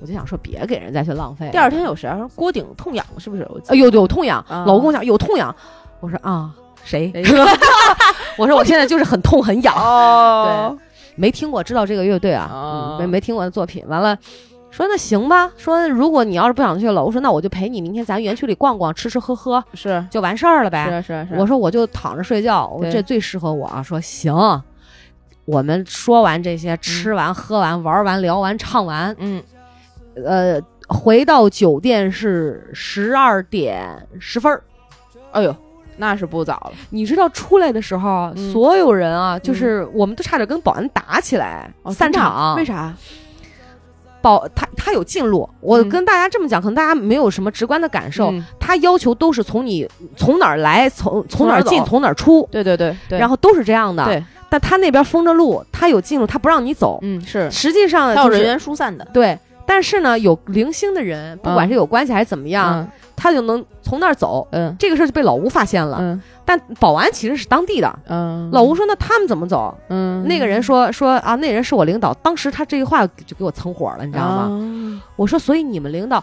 B: 我就想说，别给人家去浪费。
C: 第二天有谁啊？郭顶痛痒是不是？我记
B: 哎呦，有痛痒，
C: 啊
B: 老公跟我讲有痛痒，我说啊，谁？
C: 谁
B: 我说我现在就是很痛很痒，
C: <laughs> 哦，
B: 没听过，知道这个乐队啊，
C: 哦
B: 嗯没没听过的作品。完了，说那行吧，说如果你要是不想去了，我说那我就陪你，明天咱园区里逛逛，吃吃喝喝
C: 是是
B: 就完事儿了呗。
C: 啊是啊是啊，
B: 哎我说我就躺着睡觉，我
C: 对
B: 这最适合我啊。说行，我们说完这些，吃完、喝完、玩完、聊完、唱完，
C: 嗯
B: 呃，回到酒店是十二点十分儿。
C: 哎呦，那是不早了，
B: 你知道出来的时候，
C: 嗯
B: 所有人啊，就是我们都差点跟保安打起来，
C: 哦
B: 散场。
C: 为啥？
B: 保他他有进路？我
C: 嗯
B: 跟大家这么讲，可能大家没有什么直观的感受。
C: 嗯
B: 他要求都是从你从哪儿来，从从
C: 哪
B: 哪
C: 儿
B: 儿进，
C: 走
B: 从哪儿出，
C: 对对对对，
B: 然
C: 后
B: 后都是这样的。
C: 对，
B: 但他那边封着路，他有进路，他不让你走。
C: 嗯是，
B: 实际上
C: 还有
B: 就是
C: 人员疏散的，
B: 对，但是呢，有零星的人，不管是有关系还是怎么样，
C: 嗯
B: 他就能从那儿走。
C: 嗯
B: 这个事儿就被老吴发现了，
C: 嗯
B: 但保安其实是当地的。
C: 嗯，
B: 老吴说：“那他们怎么走？”
C: 嗯
B: 那个人说：“说啊，那人是我领导。”当时他这句话就给我蹭火了，你
C: 你
B: 知道吗？？
C: 啊
B: 我说：“所以你们领导，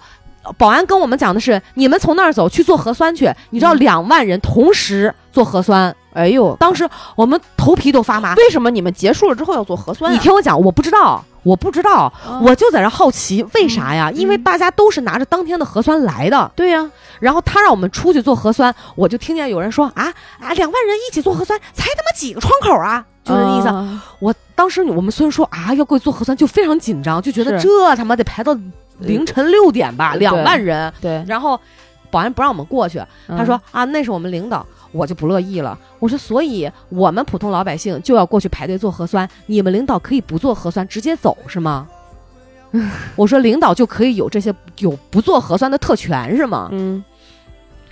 B: 保安跟我们讲的是，你们从那儿走去做核酸去。你知道两万人同时做核酸，
C: 嗯哎呦，
B: 当时我们头皮都发麻。
C: 为什么你们结束了之后要做核酸
B: 你
C: 啊？
B: 听我讲，我不知道，我不知道，
C: 啊
B: 我就在这好奇，为啥呀？因为大家都是拿着当天的核酸来的，
C: 嗯对呀，
B: 然后他让我们出去做核酸，我就听见有人说啊啊，两万人一起做核酸，才他妈几个窗口啊，就是那意思。
C: 啊。
B: 我当时我们虽然说啊要过去做核酸，就非常紧张，就觉得
C: 是呃
B: 这他妈得排到凌晨六点吧，
C: 对
B: 两万人，
C: 对，
B: 然后保安不让我们过去，他
C: 嗯
B: 说啊那是我们领导。我就不乐意了，我说，所以我们普通老百姓就要过去排队做核酸，你们领导可以不做核酸直接走是
C: <laughs>
B: 吗？我说领导就可以有这些有不做核酸的特权是吗？
C: 嗯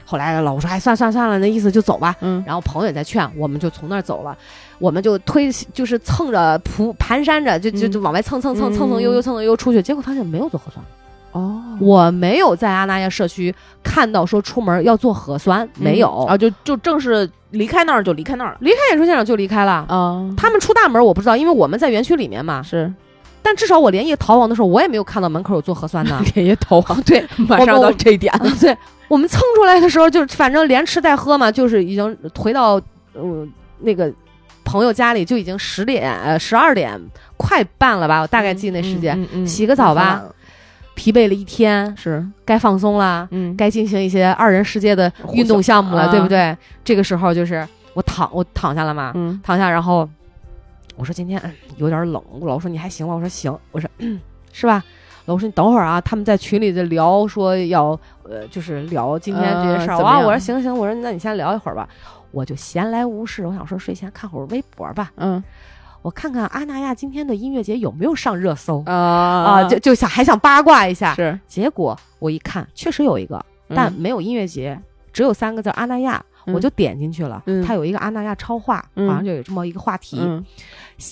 B: 后来老吴说：“哎，算算算了，那意思就走吧。”
C: 嗯
B: 然后朋友也在劝，我们就从那儿走了，我们就推就是蹭着蒲蹒跚着，就就
C: 嗯
B: 就往外蹭蹭蹭蹭蹭
C: 嗯
B: 悠悠蹭蹭悠悠出去，结果发现没有做核酸，
C: 哦
B: 我没有在阿那亚社区看到说出门要做核酸，没有。
C: 啊，就就正式离开那儿就离开那儿了
B: 离开演出现场就离开了。
C: 啊
B: 他们出大门我不知道，因为我们在园区里面嘛。
C: <laughs> 是
B: 但至少我连夜逃亡的时候，我也没有看到门口有做核酸的。
C: 连夜逃亡，对，啊 <laughs> 马
B: 哦我
C: 上到这一点 <laughs> 了，
B: 对我们蹭出来的时候，就是反正连吃带喝嘛，就是已经回到嗯那个朋友家里就已经十点呃十二点快半了吧，我大概记得那时间，
C: 嗯，嗯嗯
B: 洗个澡吧
C: 嗯
B: 疲惫了一天，
C: 是，
B: 该放松啦，
C: 嗯，
B: 该进行一些二人世界的运动项目了，
C: 啊
B: 对不对？这个时候就是我躺我躺下了嘛，
C: 嗯
B: 躺下，然后我说今天嗯有点冷，我老说你还行吧，我说行，我说嗯是吧？ <clears throat> 老师，你等会儿啊！他们在群里在聊，说要呃，就是聊今天这些事儿、
C: 呃怎么
B: 啊。
C: 样
B: 我说行行，我说那你先聊一会儿吧。我就闲来无事，我想说睡前看会儿微博吧，
C: 嗯
B: 我看看阿那亚今天的音乐节有没有上热搜
C: 啊
B: 啊就就想还想八卦一下。
C: 是，
B: 结果我一看，确实有一个，但没有音乐节，只有三个字儿阿那亚，
C: 嗯
B: 我就点进去了。
C: 嗯
B: 它有一个阿那亚超话，
C: 嗯
B: 好像就有这么一个话题。
C: 嗯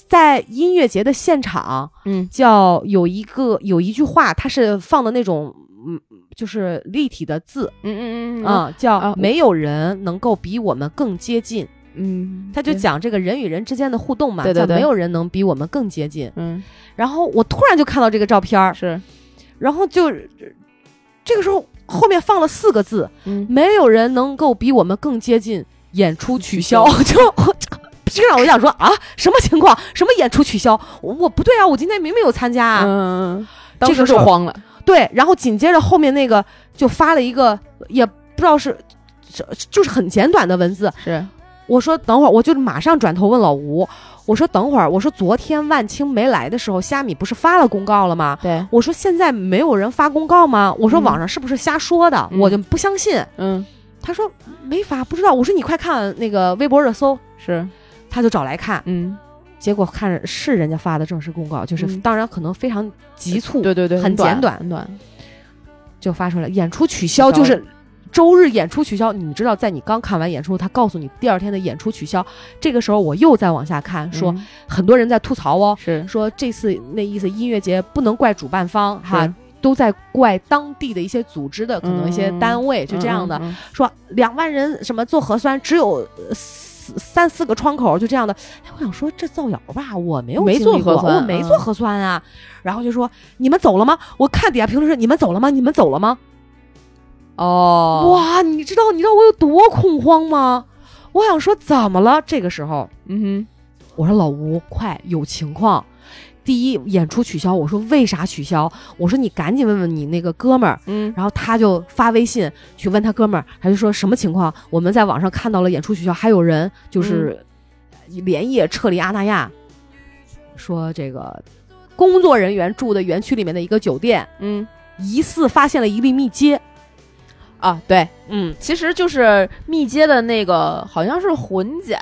B: 在音乐节的现场，
C: 嗯
B: 叫有一个有一句话，它是放的那种嗯，就是立体的字
C: 嗯嗯嗯
B: 啊、
C: 啊
B: 叫没有人能够比我们更接近。
C: 嗯，
B: 他就讲这个人与人之间的互动嘛，
C: 对对
B: 叫
C: 对
B: 没有人能比我们更接近。
C: 嗯
B: 然后我突然就看到这个照片儿，
C: 是，
B: 然后就这个时候后面放了四个字，
C: 嗯
B: 没有人能够比我们更接近，演出取消。就我这让我想说啊，什么情况？什么演出取消？我我不对啊，我今天明明有参加啊。
C: 嗯，当
B: 这个
C: 时
B: 事
C: 就
B: 儿
C: 慌了，
B: 对，然后紧接着后面那个就发了一个，也不知道是，是就是很简短的文字。
C: 是，
B: 我说等会儿，我就马上转头问老吴，我说等会儿，我说昨天万青没来的时候，虾米不是发了公告了吗？
C: 对，
B: 我说现在没有人发公告吗？我说
C: 嗯
B: 网上是不是瞎说的？
C: 嗯
B: 我就不相信。
C: 嗯
B: 他说没发，不知道。我说你快看那个微博热搜，
C: 是，
B: 他就找来看，
C: 嗯，
B: 结果看着是人家发的正式公告，就是、
C: 嗯
B: 当然可能非常急促，
C: 对对对，
B: 很简短
C: 很短，
B: 就发出来演出取消，
C: 取消
B: 就是周日演出取消。你知道，在你刚看完演出，他告诉你第二天的演出取消。这个时候我又再往下看，说
C: 嗯
B: 很多人在吐槽哦，
C: 是
B: 说这次那意思音乐节不能怪主办方哈
C: 是。
B: 都在怪当地的一些组织的，可能一些
C: 嗯
B: 单位就这样的，，
C: 嗯
B: 说两万人什么做核酸只有呃四三四个窗口，就这样的。哎，我想说这造谣吧，我没有
C: 没
B: 经
C: 做
B: 历过
C: 核酸嗯
B: 我没做核酸啊。然后就说你们走了吗？我看底下评论是你们走了吗？你们走了吗？
C: 嗯哦，
B: 哇，你知道你知道我有多恐慌吗？我想说怎么了？这个时候
C: 嗯
B: 我说老吴，快有情况。第一演出取消，我说为啥取消？我说你赶紧问问你那个哥们儿，
C: 哼，嗯
B: 然后他就发微信去问他哥们儿，他就说什么情况？我们在网上看到了演出取消，还有人就是
C: 嗯
B: 连夜撤离阿那亚，说这个工作人员住的园区里面的一个酒店
C: 嗯
B: 疑似发现了一例密接。
C: 啊，对，
B: 嗯，
C: 其实就是密接的那个，好像是混检，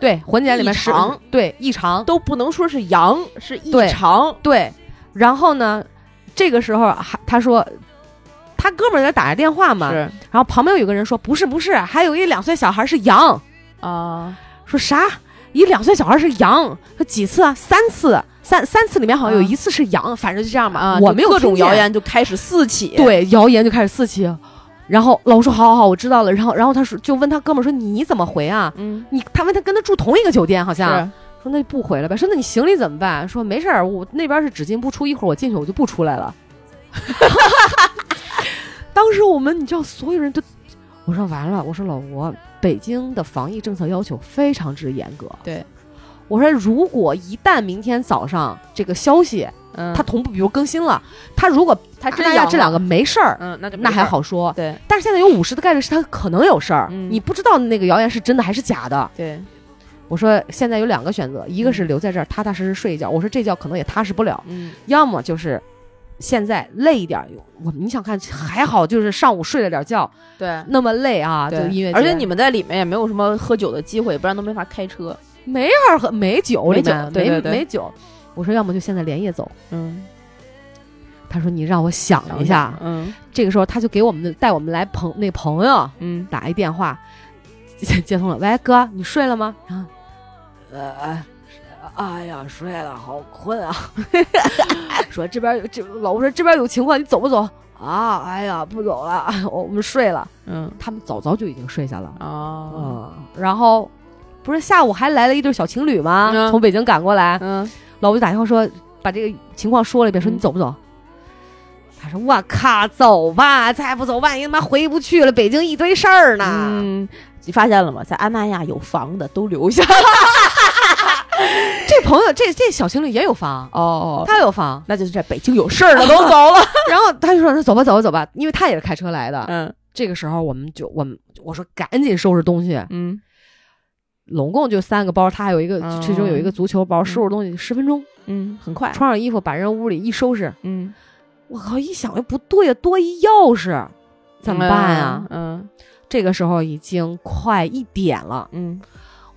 B: 对，混检里面
C: 异
B: 是
C: 常
B: 对异常，
C: 都不能说是阳，是异
B: 对
C: 常。
B: 对。然后呢，这个时候还他说。他哥们儿在打着电话嘛，然
C: 是
B: 后旁边有个人说：“不是，不是，还有一两岁小孩是羊。”
C: 啊，
B: 说啥？一两岁小孩是羊，说几次啊？三次，三三次里面好像有
C: 啊
B: 一次是羊，反正就这样吧。
C: 啊
B: 我
C: 就
B: 没有
C: 各种
B: 听见
C: 谣，言就开始四起。，
B: 对谣言就开始四起。然后老吴说好好好，我知道了。然后然后他说就问他哥们儿说你怎么回啊？
C: 嗯，
B: 你他问他跟他住同一个酒店好像，
C: 是
B: 说那不回了呗。说那你行李怎么办？说没事儿，我那边是只进不出，一会儿我进去我就不出来了。 <laughs> 当时我们你知道，所有人都，我说完了，我说老吴，北京的防疫政策要求非常之严格。
C: 对，
B: 我说如果一旦明天早上这个消息
C: 嗯，
B: 它同步，比如更新了，它如果
C: 他真
B: 大家
C: 阳
B: 这两
C: 了，
B: 个没事儿，
C: 嗯，那就没
B: 那还
C: 事儿，
B: 好说。
C: 对
B: 但是现在有五十的概率是它可能有事儿，
C: 嗯
B: 你不知道那个谣言是真的还是假的。
C: 对，
B: 我说现在有两个选择，一个是留在这儿踏踏实实睡一觉，我说这觉可能也踏实不了，
C: 嗯，
B: 要么就是现在累一点儿。我你想看还好，就是上午睡了点觉，
C: 对。
B: 那么累啊，就
C: 对
B: 音乐节，
C: 而且你们在里面也没有什么喝酒的机会，不然都没法开车。
B: 没法喝，没酒里
C: 没酒
B: 面
C: 对
B: 没
C: 对对
B: 没酒。我说要么就现在连夜走。
C: 嗯，
B: 他说你让我想一下，
C: 嗯
B: 这个时候他就给我们的带我们来朋那朋友
C: 嗯，
B: 打一电话，接接通了，喂哥，你睡了吗？然后，呃，哎呀，睡了，好困啊。 <laughs> 说这边有这老吴说这边有情况，你走不走啊？哎呀，不走了， <laughs> 我们睡了。
C: 嗯
B: 他们早早就已经睡下了，
C: 哦，
B: 嗯，然后。不是下午还来了一对小情侣吗？
C: 嗯
B: 从北京赶过来，
C: 嗯，
B: 老吴就打电话说，把这个情况说了一遍，说
C: 嗯
B: 你走不走？他说我靠，走吧，再不走，万一他妈回不去了，北京一堆事儿呢。
C: 嗯，你发现了吗？在安那亚有房的都留下。
B: 这朋友，这这小情侣也有房，
C: 哦，
B: 他有
C: <laughs>
B: 房，
C: 那就是在北京有事儿了，都 <laughs> 走了。
B: 然后他就说那走吧，走吧，走吧，因为他也是开车来的。
C: 嗯
B: 这个时候我们就我们我说赶紧收拾东西，
C: 嗯
B: 拢共就三个包，他还有一个，
C: 嗯
B: 其中有一个足球包，收拾东西十分钟，
C: 嗯，很快。
B: 穿上衣服把人屋里一收拾，
C: 嗯，
B: 我靠，一想又不对呀，多一钥匙，怎么办呀？
C: 嗯
B: 这个时候已经快一点了。
C: 嗯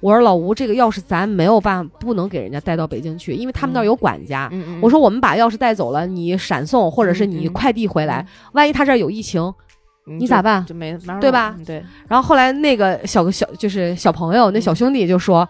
B: 我说老吴，这个钥匙咱没有办法，不能给人家带到北京去，因为他们那儿有管家。
C: 嗯
B: 我说我们把钥匙带走了，你闪送或者是你
C: 嗯嗯
B: 快递回来，万一他这儿有疫情，
C: 你
B: 你咋办？
C: 就没法弄
B: 对吧
C: 嗯对，
B: 然后后来那个小小就是小朋友那小兄弟就说：“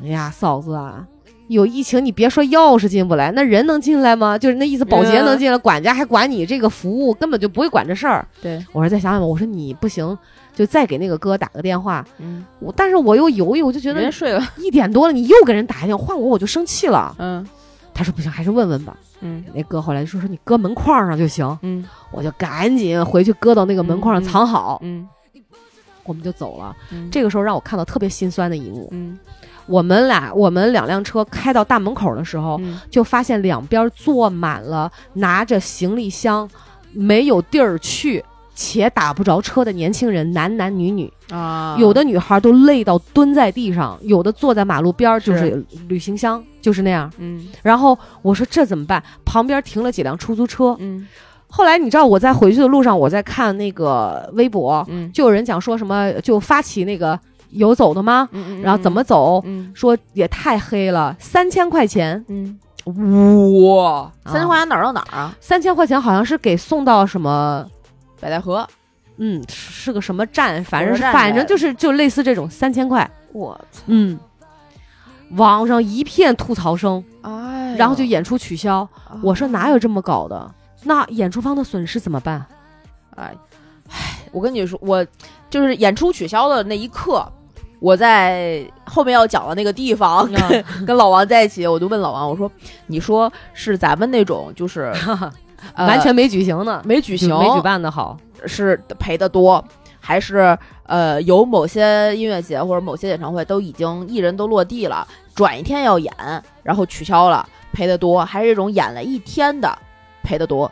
B: 哎呀，嫂子啊。”有疫情，你别说钥匙进不来，那人能进来吗？就是那意思，保洁能进来，管家还管你这个服务，根本就不会管这事儿。
C: 对，
B: 我说再想想吧，我说你不行，就再给那个哥打个电话。
C: 嗯，
B: 我但是我又犹豫，我就觉
C: 人
B: 得
C: 家睡了，
B: 一点多了，你又给人打一电话，换我我就生气了。
C: 嗯
B: 他说不行，还是问问吧。
C: 嗯
B: 那哥后来说说你搁门框上就行，
C: 嗯
B: 我就赶紧回去搁到那个门框上
C: 嗯嗯
B: 藏好，
C: 嗯
B: 我们就走了。
C: 嗯，
B: 这个时候让我看到特别心酸的一幕，
C: 嗯
B: 我们俩我们两辆车开到大门口的时候，
C: 嗯
B: 就发现两边坐满了拿着行李箱，没有地儿去。且打不着车的年轻人，男男女女，
C: 啊，
B: 有的女孩都累到蹲在地上，有的坐在马路边儿，就是旅行箱，就是那样。
C: 嗯
B: 然后我说这怎么办？旁边停了几辆出租车。
C: 嗯
B: 后来你知道我在回去的路上，我在看那个微博，
C: 嗯
B: 就有人讲说什么就发起那个有走的吗？
C: 嗯，
B: 然后怎么走？
C: 嗯
B: 说也太黑了，三千块钱，
C: 嗯哇，三千块钱哪儿到哪儿啊？
B: 三千块钱好像是给送到什么，
C: 北戴河，
B: 嗯，是是个什么站，反正
C: 火
B: 是
C: 车站
B: 反正
C: 的
B: 就是就类似这种三千块，
C: 我操，
B: 嗯，网上一片吐槽声，
C: 哎呦，
B: 然后就演出取消。我说哪有这么搞的？那演出方的损失怎么办？
C: 哎，唉我跟你说，我就是演出取消的那一刻，我在后面要讲的那个地
B: 哦
C: 方跟、
B: <laughs>
C: <laughs> 跟老王在一起，我就问老王，我说：“你说是咱们那种就是 <laughs> 呃
B: 完全没举行呢，
C: 没举行，
B: 没举办的好。
C: 是赔的多，还是呃有某些音乐节或者某些演唱会都已经艺人都落地了，转一天要演，然后取消了，赔的多，还是这种演了一天的赔的多？”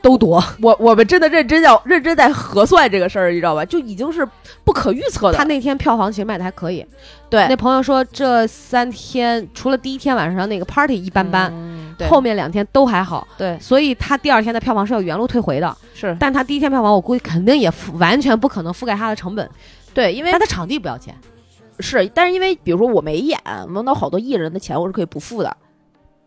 B: 都多，
C: <laughs> 我我们真的认真要认真在核算这个事儿，你知道吧？就已经是不可预测的。
B: 他那天票房其实卖的还可以。
C: 对
B: 那朋友说，这三天除了第一天晚上那个 party 一般般，
C: 嗯对
B: 后面两天都还好，
C: 对
B: 所以他第二天的票房是要原路退回的。
C: 是
B: 但他第一天票房，我估计肯定也覆完全不可能覆盖他的成本，
C: 对，因为
B: 但他场地不要钱。
C: 是，但是因为比如说我没演，蒙到好多艺人的钱我是可以不付的，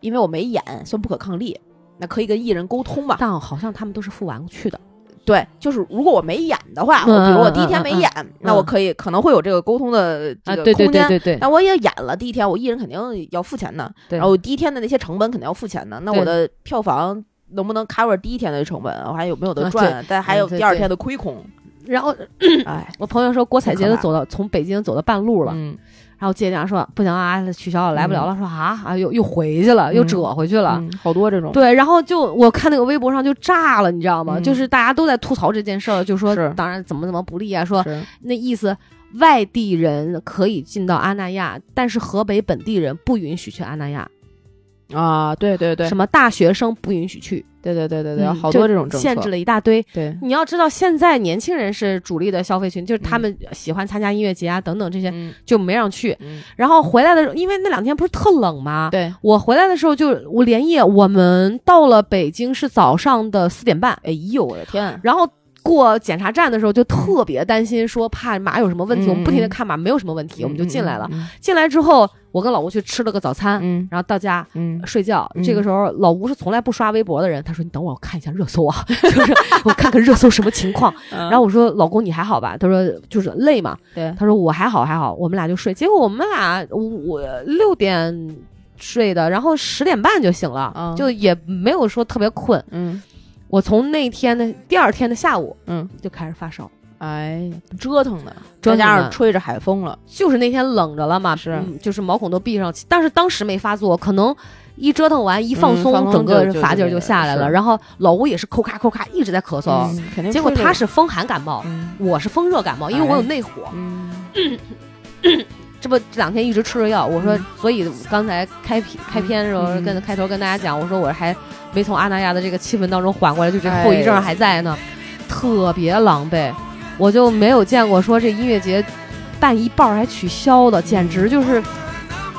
C: 因为我没演，算不可抗力。那可以跟艺人沟通嘛？
B: 但好像他们都是付完去的，
C: 对，就是如果我没演的话，
B: 嗯
C: 我比如我
B: 嗯
C: 第一天
B: 嗯
C: 没
B: 嗯
C: 演，那我
B: 嗯
C: 可以可能会有这个沟通的这个空间。
B: 对
C: 那我也演了第一天，我艺人肯定要付钱的，
B: 对
C: 然后第一天的那些成本肯定要付钱的，那
B: 对
C: 我的票房能不能 cover 第一天的成本，我还有没有得
B: 啊
C: 赚，但还有
B: 嗯对
C: 第二
B: 对
C: 天的
B: <clears throat>
C: 亏空。
B: 然后
C: 哎，
B: 我朋友说郭采洁
C: 太
B: 都
C: 可怕
B: 走到从北京走到半路了，
C: 嗯
B: 然后接电话说不行啊，取消了，来不了了。说啊啊，又又回去了，又
C: 嗯
B: 折回去了。
C: 嗯，好多这种，
B: 对，然后就我看那个微博上就炸了，你知道吗？
C: 嗯
B: 就是大家都在吐槽这件事儿，就说
C: 是
B: 当然怎么怎么不利啊，说
C: 是
B: 那意思外地人可以进到阿那亚，但是河北本地人不允许去阿那亚，
C: 啊，对对对
B: 什，么大学生不允许去，
C: 对对对对对，
B: 嗯
C: 好多
B: 就
C: 这种政策，
B: 限制了一大堆。
C: 对，
B: 你要知道，现在年轻人是主力的消费群，就是他
C: 嗯
B: 们喜欢参加音乐节啊等等这些，
C: 嗯
B: 就没让去。
C: 嗯，
B: 然后回来的时候，因为那两天不是特冷吗？
C: 对，
B: 我回来的时候就我连夜，我们到了北京是早上的四点半，
C: 哎呦我的天，
B: 然后过检查站的时候就特别担心，说怕马有什么问题。
C: 嗯
B: 我们不停的
C: 嗯
B: 看马，没有什么问题，我们就进来了。
C: 嗯，
B: 进来之后，我跟老吴去吃了个早餐，
C: 嗯
B: 然后到家。
C: 嗯，
B: 睡觉，
C: 嗯
B: 这个时候老吴是从来不刷微博的人。他说：“你等我，我看一下热搜啊， <laughs> 就是我看看热搜什么情况。”
C: 然
B: 然后我说：“老公，你还好吧？”他说：“就是累嘛。”
C: 嗯对
B: 他说：“我还好，还好。”我们俩就睡，结果我们俩我我六点睡的，然后十点半就醒了，
C: 嗯
B: 就也没有说特别困。
C: 嗯，
B: 我从那天的第二天的下午，
C: 嗯，
B: 就开始发烧，
C: 哎呀，折腾的，
B: 折腾的嗯
C: 再加上吹着海风了，
B: 就是那天冷着了嘛，
C: 是
B: 嗯就是毛孔都闭上，但是当时没发作，可能。一折腾完，一放
C: 嗯
B: 松，
C: 放松
B: 整
C: 就
B: 个
C: 就
B: 乏劲儿就
C: 就那个
B: 下来了。
C: 是
B: 然后老吴也是扣咔扣咔一直在咳嗽，
C: 嗯肯定。
B: 结果他，是风寒感冒，
C: 嗯
B: 我是风热感冒，因为我有内火。
C: 嗯，
B: 这不这两天一直吃着药，我说
C: 嗯，
B: 所以刚才开篇开篇的时候
C: 嗯
B: 跟开头跟大家讲，我说我还没从阿那亚的这个气氛当中缓过来，就这后遗症还在呢，特别狼狈，我就没有见过说这音乐节办一半儿还取消的，简直就是，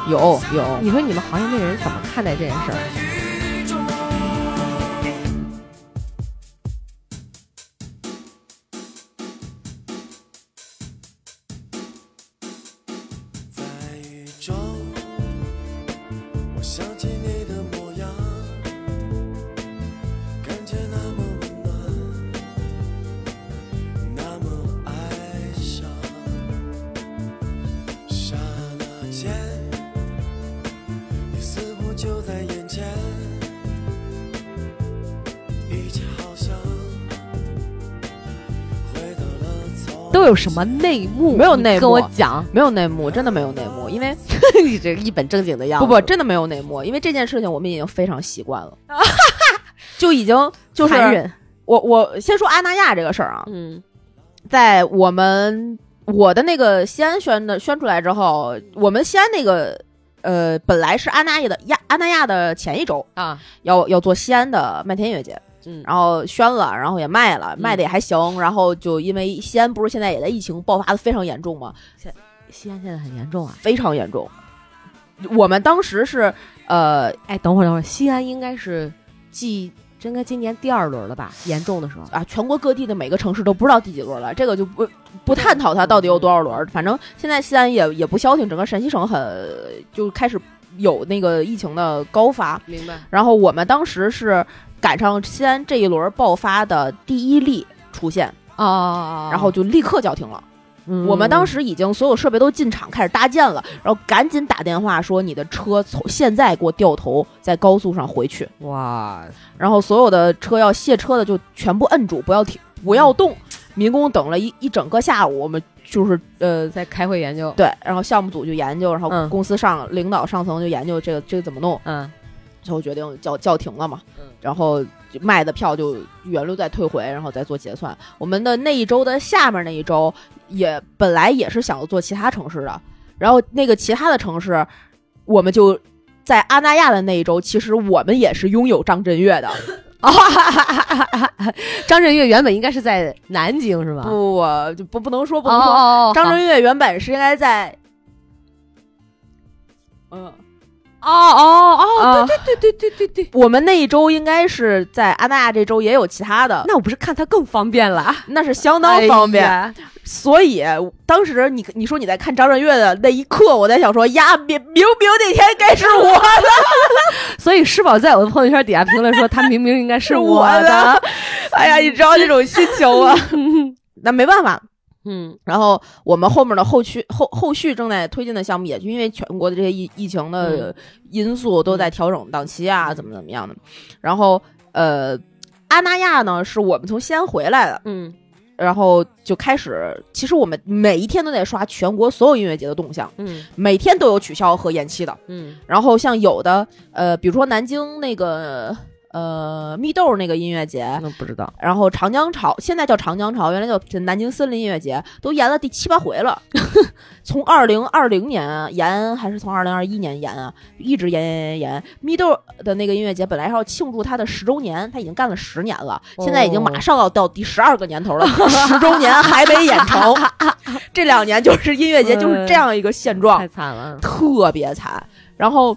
C: 有有，
B: 你说你们行业内人怎么看待这件事儿？
D: 在雨中，我想起你的模样，感觉那么温暖，那么哀伤。刹那间，你似乎就在眼前，一切好像回到了从
B: 都有什么内幕？
C: 没有内幕
B: 你跟我 <laughs> 讲，
C: 没有内幕，真的没有内幕，因为
B: 你这一本正经的样
C: 不
B: 子，
C: 不，真的没有内幕，因为这件事情我们已经非常习惯
B: <laughs>
C: 了，就已经就是
B: 残忍，
C: 我我先说阿那亚这个事儿啊，
B: 嗯
C: 在我们我的那个西安宣的宣出来之后，我们西安那个呃本来是阿那亚的亚阿那亚的前一周
B: 啊，
C: 要要做西安的麦田音乐节，
B: 嗯
C: 然后宣了，然后也卖了，
B: 嗯
C: 卖的也还行，然后就因为西安不是现在也在疫情爆发的非常严重吗？
B: 西安现在很严重啊。
C: 非常严重。我们当时是呃
B: 哎，等会儿等会儿，西安应该是继应该今年第二轮了吧？严重的时候，
C: 啊，全国各地的每个城市都不知道第几轮了，这个就不不探讨它到底有多少轮儿。反正现在西安也也不消停，整个陕西省很就开始有那个疫情的高发。
B: 明白？
C: 然后我们当时是赶上西安这一轮爆发的第一例出现，
B: 哦，
C: 然后就立刻叫停了。
B: 嗯
C: 我们当时已经所有设备都进场开始搭建了，然后赶紧打电话说你的车从现在给我掉头，在高速上回去。
B: 哇，
C: 然后所有的车要卸车的就全部摁住，不要停，不要动。
B: 嗯
C: 民工等了一一整个下午，我们就是呃，
B: 在开会研究，
C: 对，然后项目组就研究，然后
B: 嗯
C: 公司上、领导上层就研究这个这个怎么弄，
B: 嗯
C: 最后决定叫叫停了嘛
B: 嗯。
C: 然后就卖的票就原路再退回，然后再做结算。我们的那一周的下面那一周也本来也是想做其他城市的，然后那个其他的城市，我们就在阿那亚的那一周，其实我们也是拥有张震岳的。
B: 啊，张震岳原本应该是在南京是吧？
C: 不，我就不不能说不
B: 哦
C: 能说。
B: 哦哦，
C: 张
B: 岳
C: 震岳原本是应该在，嗯，
B: 哦哦哦，
C: 啊，
B: 对对对对对对。
C: 我们那一周应该是在阿那亚这周也有其他的，
B: 那我不是看他更方便了，啊
C: 那是相当方便。
B: 哎呀
C: 所以当时你你说你在看张震岳的那一刻，我在想说呀，明明明那天该是我 <laughs>
B: 所以施宝在我的朋友圈底下评论说，他明明应该是
C: 是
B: 我
C: 的，哎呀，你知道这种心
B: <laughs>
C: 情吗？那没办法，
B: 嗯
C: 然后我们后面的后续后后续正在推进的项目，也因为全国的这些疫疫情的因素都在调整档期啊，怎么怎么样的。然后呃，阿那亚呢是我们从西安回来的，
B: 嗯
C: 然后就开始，其实我们每一天都在刷全国所有音乐节的动向，
B: 嗯
C: 每天都有取消和延期的。
B: 嗯
C: 然后像有的呃，比如说南京那个呃蜜豆那个音乐节，
B: 那不知道，
C: 然后长江潮现在叫长江潮，原来叫南京森林音乐节，都延了第七八回了。从二零二零年延还是从二零二一年延啊，一直延延延延。蜜豆的那个音乐节本来是要庆祝它的十周年，它已经干了十年了，现在已经马上要到第十二个年头了，十周年还没演成。这两年就是音乐节就是这样一个现状，
B: 太惨了，
C: 特别惨。然后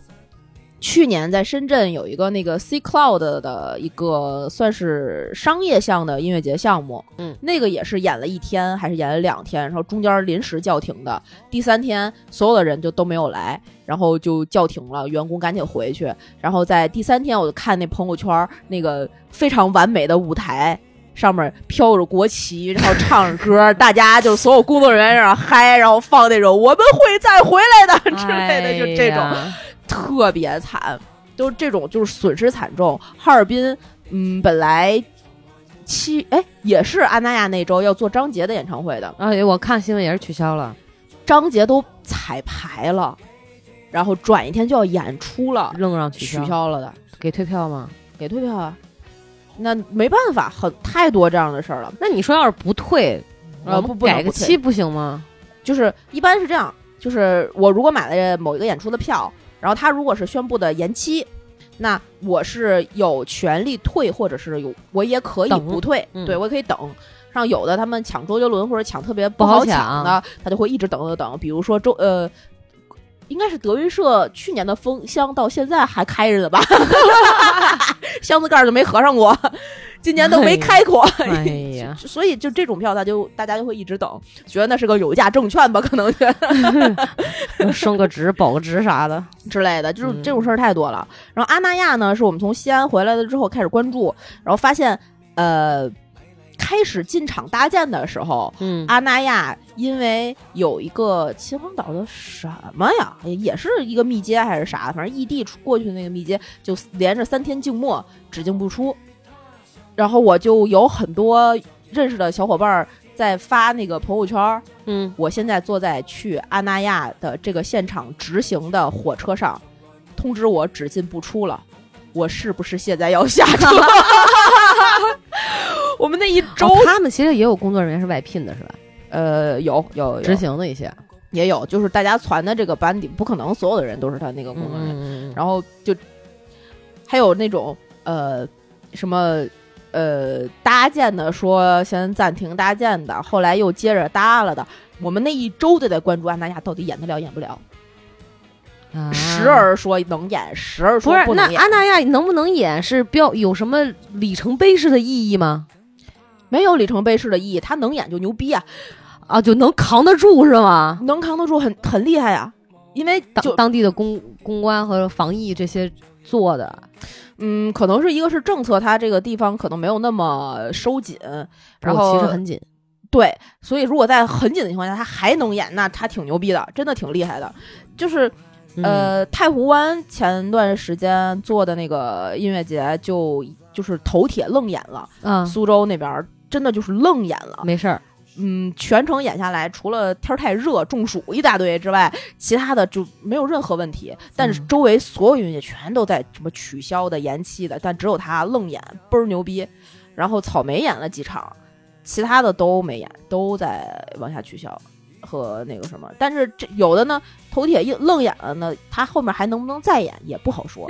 C: 去年在深圳有一个那个 C Cloud 的一个算是商业项的音乐节项目，
B: 嗯，
C: 那个也是演了一天还是演了两天，然后中间临时叫停的，第三天所有的人就都没有来，然后就叫停了，员工赶紧回去。然后在第三天我就看那朋友圈儿那个非常完美的舞台。上面飘着国旗，然后唱着歌， <laughs> 大家就所有工作人员在那儿嗨，然后放那种“我们会再回来的”
B: <laughs>
C: <laughs> 之类的，就这种。
B: 哎呀
C: 特别惨，都这种就是损失惨重。哈尔滨，嗯，本来七哎也是安那亚那周要做张杰的演唱会的，
B: 啊！我看新闻也是取消了，
C: 张杰都彩排了，然后转一天就要演出了，
B: 愣让取
C: 取
B: 消，
C: 消了的，
B: 给退票吗？
C: 给退票啊。那没办法，很太多这样的事儿了。
B: 那你说要是不退，
C: 呃
B: 我
C: 不
B: 们
C: 不能
B: 改个
C: 不退
B: 期不行 <laughs> 吗？
C: 就是一般是这样，就是我如果买了某一个演出的票，然后他如果是宣布的延期，那我是有权利退，或者是有我也可以
B: 等
C: 不退，
B: 嗯
C: 对我也可以等。像有的他们抢周杰伦或者抢特别
B: 不好
C: 好
B: 抢
C: 的，他就会一直等等等。比如说周呃。应该是德云社去年的封箱到现在还开着的吧， <laughs> 箱子盖儿就没合上过，今年都没开过，
B: 哎呀，
C: 所以就这种票，他就大家就会一直等，觉得那是个有价证券吧， <laughs> 可能觉得
B: 升个职、保个职啥的，
C: 之类的，就是
B: 嗯
C: 这种事儿太多了。然后阿那亚呢，是我们从西安回来了之后开始关注，然后发现呃，开始进场搭建的时候，
B: <laughs> 嗯
C: 阿那亚因为有一个秦皇岛的什么呀，也是一个密接还是啥，反正异地出过去的那个密接，就连着三天静默，只进不出。然后我就有很多认识的小伙伴儿在发那个朋友圈儿，
B: 嗯，
C: 我现在坐在去阿那亚的这个现场执行的火车上，通知我只进不出了，我是不是现在要下
B: <laughs>
C: 车？我们那一周，
B: 哦他们其实也有工作人员是外聘的，是吧？
C: 呃，有有有
B: 执行的一些，
C: 也有，就是大家传的这个班底，不可能所有的人都是他那个工作人员。
B: 嗯，
C: 然后就还有那种呃什么呃搭建的，说先暂停搭建的，后来又接着搭了的。我们那一周都在关注安那亚到底演得了演不了，
B: 啊
C: 时而说能演，时而
B: 不
C: 说
B: 是
C: 不
B: 那
C: 能演。
B: 阿那亚能不能演是标有什么里程碑式的意义吗？
C: 没有里程碑式的意义，他能演就牛逼啊，
B: 啊，就能扛得住是吗？
C: 能扛得住很很厉害啊。因为就
B: 当当地的公公关和防疫这些做的，
C: 嗯，可能是一个是政策，它这个地方可能没有那么收紧，然后
B: 其实很紧，
C: 对，所以如果在很紧的情况下，他还能演，那他挺牛逼的，真的挺厉害的。就是
B: 嗯，
C: 呃，太湖湾前段时间做的那个音乐节就，就是头铁愣演了，
B: 啊，
C: 苏州那边儿真的就是愣演了。
B: 没事儿，
C: 嗯，全程演下来，除了天儿太热、中暑一大堆之外，其他的就没有任何问题。但是
B: 嗯
C: 周围所有音乐全都在什么取消的、延期的，但只有他愣演，倍儿牛逼。然后草莓演了几场，其他的都没演，都在往下取消和那个什么。但是这有的呢，头铁硬愣演了呢，他后面还能不能再演也不好说。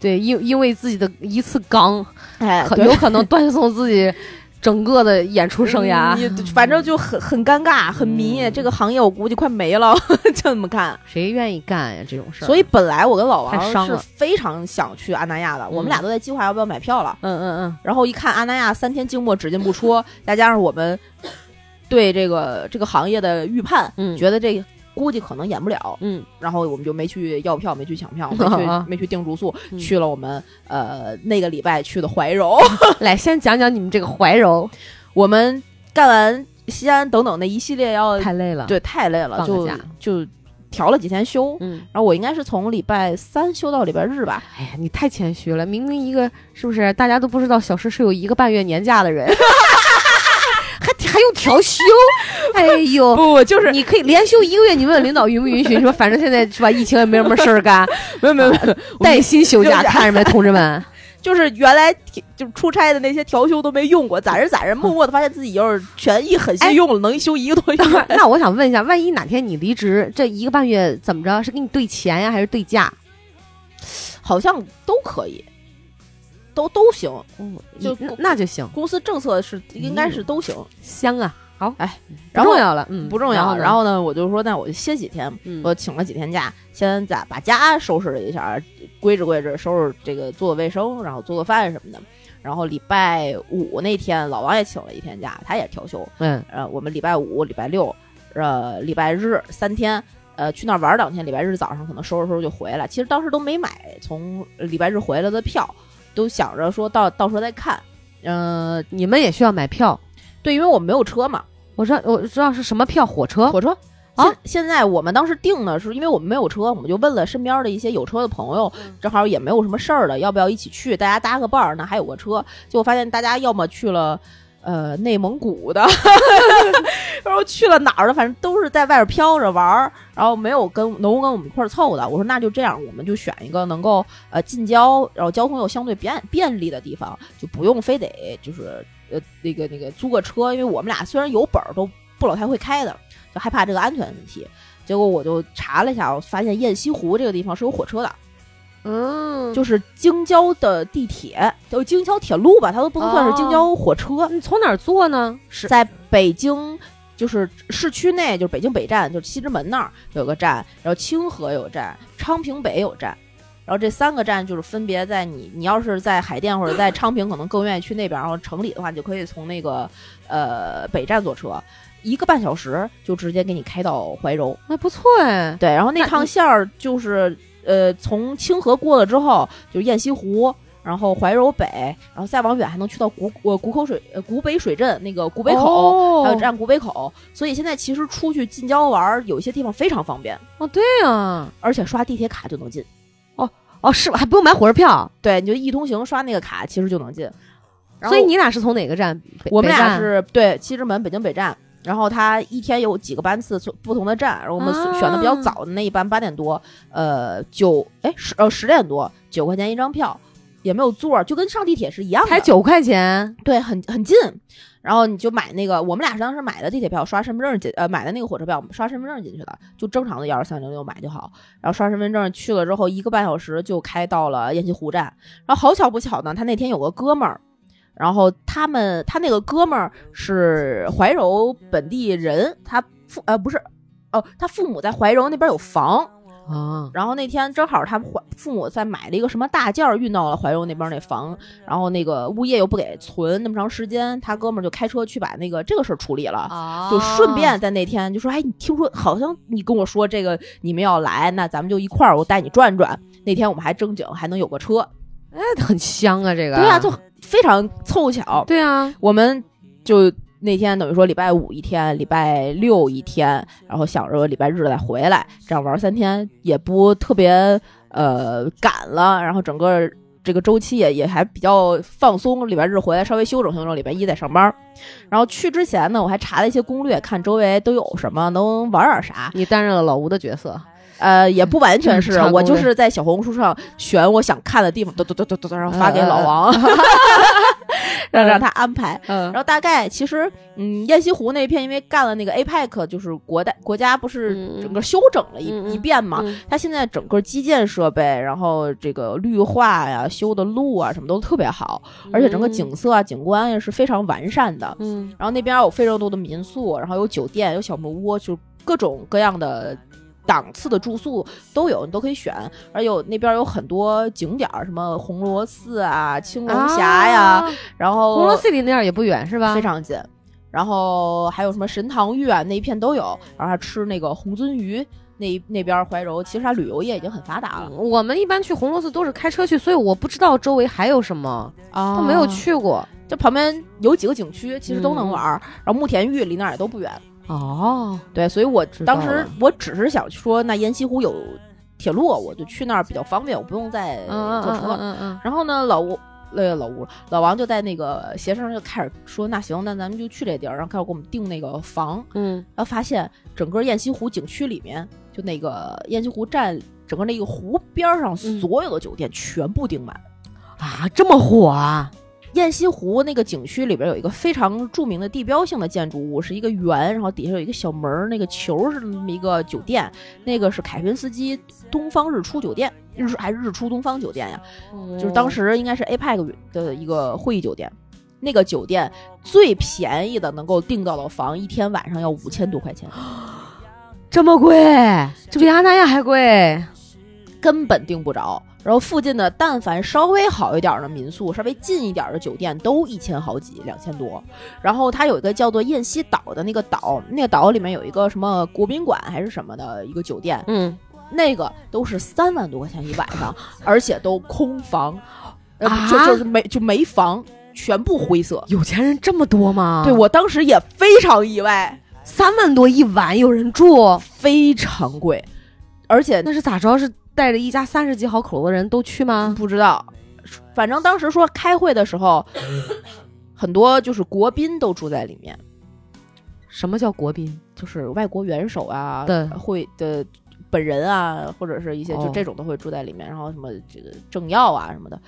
B: 对，因因为自己的一次 <laughs> 刚，
C: 哎，
B: <laughs> 可
C: 对
B: 有可能断送自己整个的演出生涯。
C: 嗯你反正就很很尴尬，很迷。
B: 嗯
C: 这个行业我估计快没了， <laughs> 就这么看。
B: 谁愿意干呀这种事儿？
C: 所
B: 以，
C: 以本来我跟老
B: 太
C: 王
B: 伤
C: 是
B: 了
C: 非常想去阿那亚的，我们俩都在计划要不要买票了。
B: 嗯嗯
C: 然后一看阿那亚三天静默只进不出，再加上我们对这个这个行业的预判，
B: 嗯
C: 觉得这估计可能演不了，
B: 嗯
C: 然后我们就没去要票，没去抢票，
B: <laughs>
C: 没去没去订住宿，
B: 嗯
C: 去了我们呃那个礼拜去的怀柔。
B: 嗯，来先讲讲你们这个怀柔，
C: 我们干完西安等等那一系列要
B: 太累了。
C: <laughs> 对太累了，
B: 放个
C: 就
B: 假
C: 就调了几天休，
B: 嗯，
C: 然后我应该是从礼拜三休到礼拜日吧。
B: 哎呀，你太谦虚了，明明一个是不是大家都不知道小石是有一个半月年假的人， <laughs> 还还用调休？哎呦，
C: <laughs> 不，就
B: 你可以连休一个月，你问问领导允不允许？你 <laughs> 说反正现在是吧，疫情也没什么事儿干，
C: <laughs>
B: 啊
C: 没有没有没有，
B: 带薪休
C: <laughs>
B: 假，
C: 休假
B: 看着没，同志们？ <laughs>
C: 就是原来提就出差的那些调休都没用过，攒着攒着，默默的发现自己要是权益狠
B: 哎
C: 心用了，能休一个多月。
B: 那我想问一下，万一哪天你离职，这一个半月怎么着？是给你对钱呀，还是对价？
C: 好像都可以，都都行。就
B: 嗯那那就行，
C: 公司政策是应该是都行，
B: 香啊！好，
C: 哎，
B: 不
C: 然后
B: 重要了，嗯，
C: 不重要。
B: 呢
C: 然，后呢，我就说那我就歇几天，
B: 嗯
C: 我请了几天假，先咋把家收拾了一下，归置归置，收拾这个做做卫生，然后做做饭什么的。然后礼拜五那天，老王也请了一天假，他也调休。
B: 嗯，
C: 呃，我们礼拜五、礼拜六、呃礼拜日三天，呃去那儿玩儿两天，礼拜日早上可能收拾收拾就回来。其实当时都没买从礼拜日回来的票，都想着说到到时候再看。嗯、
B: 呃你们也需要买票。
C: 对，因为我们没有车嘛，
B: 我知道，我知道是什么票，火车。
C: 火车。
B: 啊
C: 现现在我们当时订的是，因为我们没有车，我们就问了身边的一些有车的朋友，
B: 嗯
C: 正好也没有什么事儿了，要不要一起去？大家搭个伴儿呢，还有个车。结果发现大家要么去了。呃，内蒙古
B: <laughs>
C: 的， <laughs> 然后去了哪儿的，反正都是在外边飘着玩儿，然后没有跟能够跟我们一块儿凑的。我说那就这样，我们就选一个能够呃近郊，然后交通又相对便便利的地方，就不用非得就是呃那个那个租个车，因为我们俩虽然有本儿，都不老太会开的，就害怕这个安全问题。结果我就查了一下，我发现雁西湖这个地方是有火车的，
B: 嗯，
C: 就是京郊的地铁，就京郊铁路吧，它都不能算是京郊火车，
B: 你从哪儿坐呢？哦是
C: 在北京。就是市区内，就是北京北站，就是西直门那儿有个站，然后清河有站，昌平北有站，然后这三个站就是分别在你，你要是在海淀或者在昌平，可能更愿意去那边，然后城里的话，你就可以从那个呃北站坐车，一个半小时就直接给你开到怀柔，
B: 还不错哎。
C: 对，然后那
B: 那
C: 趟
B: 你
C: 线儿就是呃，从清河过了之后，就是雁西湖，然后怀柔北，然后再往远还能去到古呃古口水呃古北水镇那个古北口。
B: 哦
C: 还有站古北口，所以现在其实出去近郊玩儿，有一些地方非常方便，
B: 哦，对呀，
C: 而且刷地铁卡就能进。
B: 哦是吧还不用买火车票。
C: 对，你就一通行刷那个卡，其实就能进。然后
B: 所以你俩是从哪个站？北
C: 我们
B: 北
C: 俩
B: 站
C: 是对西直门北京北站，然后它一天有几个班次，从不同的站，然后我们
B: 啊
C: 选的比较早的那一班八点多，呃九哎十呃十点多，九块钱一张票，也没有座儿，就跟上地铁是一样的，
B: 才九块钱。
C: 对，很很近。然后你就买那个，我们俩是当时买的地铁票，刷身份证进，呃，买的那个火车票，刷身份证进去的，就正常的幺二三零六买就好。然后刷身份证去了之后，一个半小时就开到了雁西湖站。然后好巧不巧呢，他那天有个哥们儿，然后他们他那个哥们儿是怀柔本地人，他父呃不是，哦，他父母在怀柔那边有房，
B: 啊，
C: 然后那天正好他们怀父母在买了一个什么大件儿运到了怀柔那边那房，然后那个物业又不给存那么长时间，他哥们儿就开车去把那个这个事儿处理了。
B: 哦
C: 就顺便在那天就说，哎，你听说好像你跟我说这个你们要来，那咱们就一块儿，我带你转转。那天我们还正经还能有个车，
B: 哎，很香啊，这个。
C: 对呀、就非常凑巧。
B: 对啊，
C: 我们就那天等于说礼拜五一天，礼拜六一天，然后想着礼拜日再回来，这样玩三天也不特别呃赶了，然后整个这个周期也也还比较放松，礼拜日回来稍微休整休整，礼拜一再上班。然后去之前呢，我还查了一些攻略，看周围都有什么能玩点啥。
B: 你担任了老吴的角色。
C: 呃，也不完全是
B: 嗯查，攻
C: 我就
B: 略
C: 是在小红书上选我想看的地方，嘟嘟嘟嘟嘟，然后发给老王， <laughs> 让让他安排。
B: 嗯
C: 然后大概其实，嗯，雁西湖那片因为干了那个 APEC，就是国代国家不是
B: 嗯嗯
C: 整个修整了一、
B: 嗯嗯
C: 一遍嘛，
B: 嗯
C: 它现在整个基建设备，然后这个绿化呀、修的路啊什么都特别好，而且整个景色啊、景观也是非常完善的。
B: 嗯，
C: 然后那边有非常多的民宿，然后有酒店、有小木屋，就各种各样的档次的住宿都有，你都可以选。而有那边有很多景点儿，什么红螺寺啊、
B: 嗯
C: 青龙峡呀，
B: 啊，
C: 然后
B: 红楼寺离那儿也不远是吧？
C: 哦非常近。然后还有什么神堂峪啊，那一片都有。然后还吃那个红鳟鱼，那那边怀柔其实它旅游业已经很发达了
B: 嗯我们一般去红螺寺都是开车去，所以我不知道周围还有什么，
C: 啊
B: 都没有。去过。嗯
C: 这旁边有几个景区，其实都能玩儿。然后慕田峪离那儿也都不远。
B: 哦，
C: 对，所以我
B: 知道
C: 当时
B: 了
C: 我只是想说，那延西湖有铁路，我就去那儿比较方便，我不用再
B: 嗯嗯
C: 坐
B: 嗯
C: 车。
B: 嗯嗯
C: 然后呢，老吴。呃，老吴，老王就在那个携程上就开始说，那行，那咱们就去这地儿，然后开始给我们订那个房，
B: 嗯
C: 然后发现整个雁西湖景区里面，就那个雁西湖站，整个那个湖边儿上
B: 嗯
C: 所有的酒店全部订满。
B: 啊，这么火啊！
C: 雁西湖那个景区里边有一个非常著名的地标性的建筑物，是一个圆，然后底下有一个小门儿，那个球是那么一个酒店，那个是凯旋斯基东方日出酒店，日出还是日出东方酒店呀？就是当时应该是 APEC 的一个会议酒店，那个酒店最便宜的能够订到的房，一天晚上要五千多块钱，
B: 这么贵，这比阿那亚还贵。
C: 根本订不着。然后附近的但凡稍微好一点的民宿，稍微近一点的酒店都一千好几，两千多。然后它有一个叫做燕西岛的那个岛，那个岛里面有一个什么国宾馆还是什么的一个酒店，
B: 嗯，
C: 那个都是三万多块钱一晚上，而且都空房，呃
B: 啊
C: 就就是没就没房，全部灰色。
B: 有钱人这么多吗？
C: 对我当时也非常意外，
B: 三万多一晚，有人住，
C: 非常贵，而且
B: <laughs> 那是咋着？是带着一家三十几好口的人都去吗？
C: 不知道，反正当时说开会的时候，很多就是国宾都住在里面，
B: 什么叫国宾？
C: 就是外国元首啊，
B: 对
C: 会的本人啊，或者是一些
B: 哦
C: 就这种都会住在里面，然后什么这个政要啊什么的。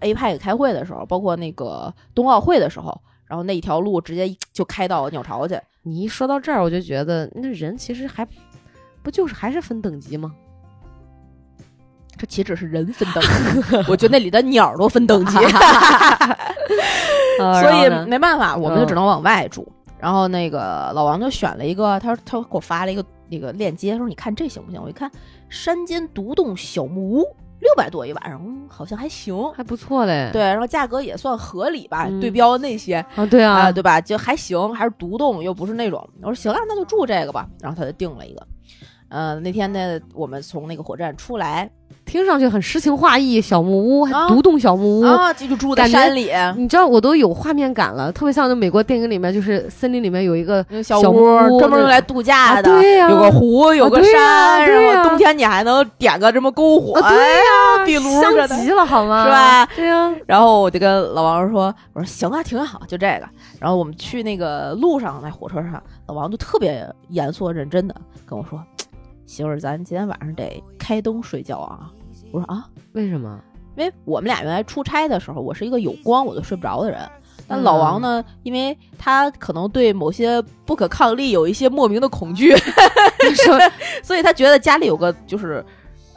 C: A 派开会的时候，包括那个冬奥会的时候，然后那一条路直接就开到鸟巢去。
B: 你一说到这儿，我就觉得那人其实还不就是还是分等级
C: <laughs>
B: 吗？
C: 这岂止是人分等
B: <laughs>
C: 级，我觉得那里的鸟儿都分等级。 <laughs>
B: 呃
C: 所以嗯没办法，我们就只能往外住。然后那个老王就选了一个，他说他给我发了一个那个链接，说你看这行不行？我一看，山间独栋小木屋，六百多一晚上，嗯好像还行。
B: 还不错嘞。
C: 对，然后价格也算合理吧，
B: 嗯
C: 对标那些
B: 啊，对
C: 啊、
B: 啊，
C: 对吧？就还行，还是独栋，又不是那种。我说行啊，那就住这个吧。然后他就定了一个。呃，那天呢，我们从那个火车站出来
B: 听上去很诗情画意，小木屋，还
C: 啊
B: 独栋小木屋。
C: 啊，这就住在
B: 感觉
C: 山里，
B: 你知道我都有画面感了，特别像那美国电影里面，就是森林里面有一个
C: 那小
B: 小
C: 屋
B: 木屋
C: 专
B: 对
C: 门用来度假
B: 啊
C: 的，
B: 对呀啊
C: 有个湖，有个
B: 对
C: 山，
B: 呀对呀
C: 然后冬天你还能点个什么篝火，
B: 啊对呀
C: 哎呀，地炉似
B: 香
C: 的。
B: 极了，好吗？
C: 是吧？
B: 对啊呀，
C: 然后我就跟老王说：“我说行啊，挺好，就这个。”然后我们去那个路上，在火车上，老王就特别严肃认真的跟我说：“媳妇儿，咱今天晚上得开灯睡觉啊。”我说：“啊，
B: 为什么？
C: 因为我们俩原来出差的时候，我是一个有光我就睡不着的人。
B: 嗯
C: 但老王呢，因为他可能对某些不可抗力有一些莫名的恐
B: <laughs>
C: 惧，
B: 什么
C: <laughs> 所以他觉得家里有个就是。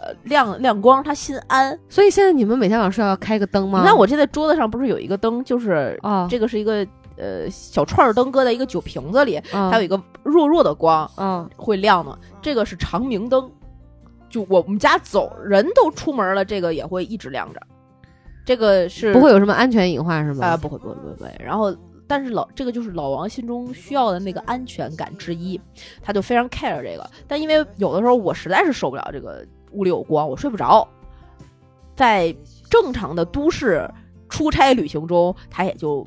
C: 呃，亮亮光，他心安。
B: 所以现在你们每天晚上睡觉要开个灯吗？
C: 你看我这在桌子上不是有一个灯，就是、
B: 啊，
C: 这个是一个呃小串儿灯，搁在一个酒瓶子里，
B: 啊
C: 它有一个弱弱的光
B: 啊
C: 会亮的。这个是长明灯，就我们家走人都出门了，这个也会一直亮着。这个是
B: 不会有什么安全隐患是吗？
C: 啊、不会不会不会不会。然后，但是老这个就是老王心中需要的那个安全感之一，他就非常 care 这个。但因为有的时候我实在是受不了这个屋里有光，我睡不着。在正常的都市出差旅行中，他也就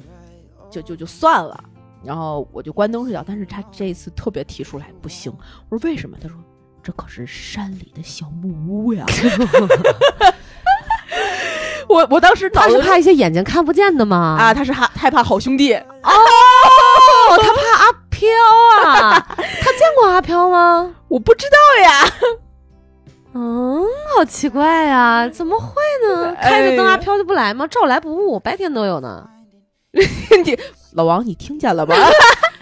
C: 就就就算了。然后我就关灯睡觉，但是他这一次特别提出来，不行。我说为什么？他说这可是山里的小木屋呀。 <laughs> 我我当时脑
B: 他是
C: 子
B: 怕一些眼睛看不见的吗？
C: 啊，，他是害害怕好兄弟，
B: 哦，他怕阿飘
C: <laughs>
B: 啊，他见过阿飘吗？
C: 我不知道
B: <laughs>
C: 呀，
B: 嗯，好奇怪呀、怎么会呢？
C: 哎
B: 开着灯阿飘就不来吗？照来不误，白天都有呢。
C: 你老王你听见了吧？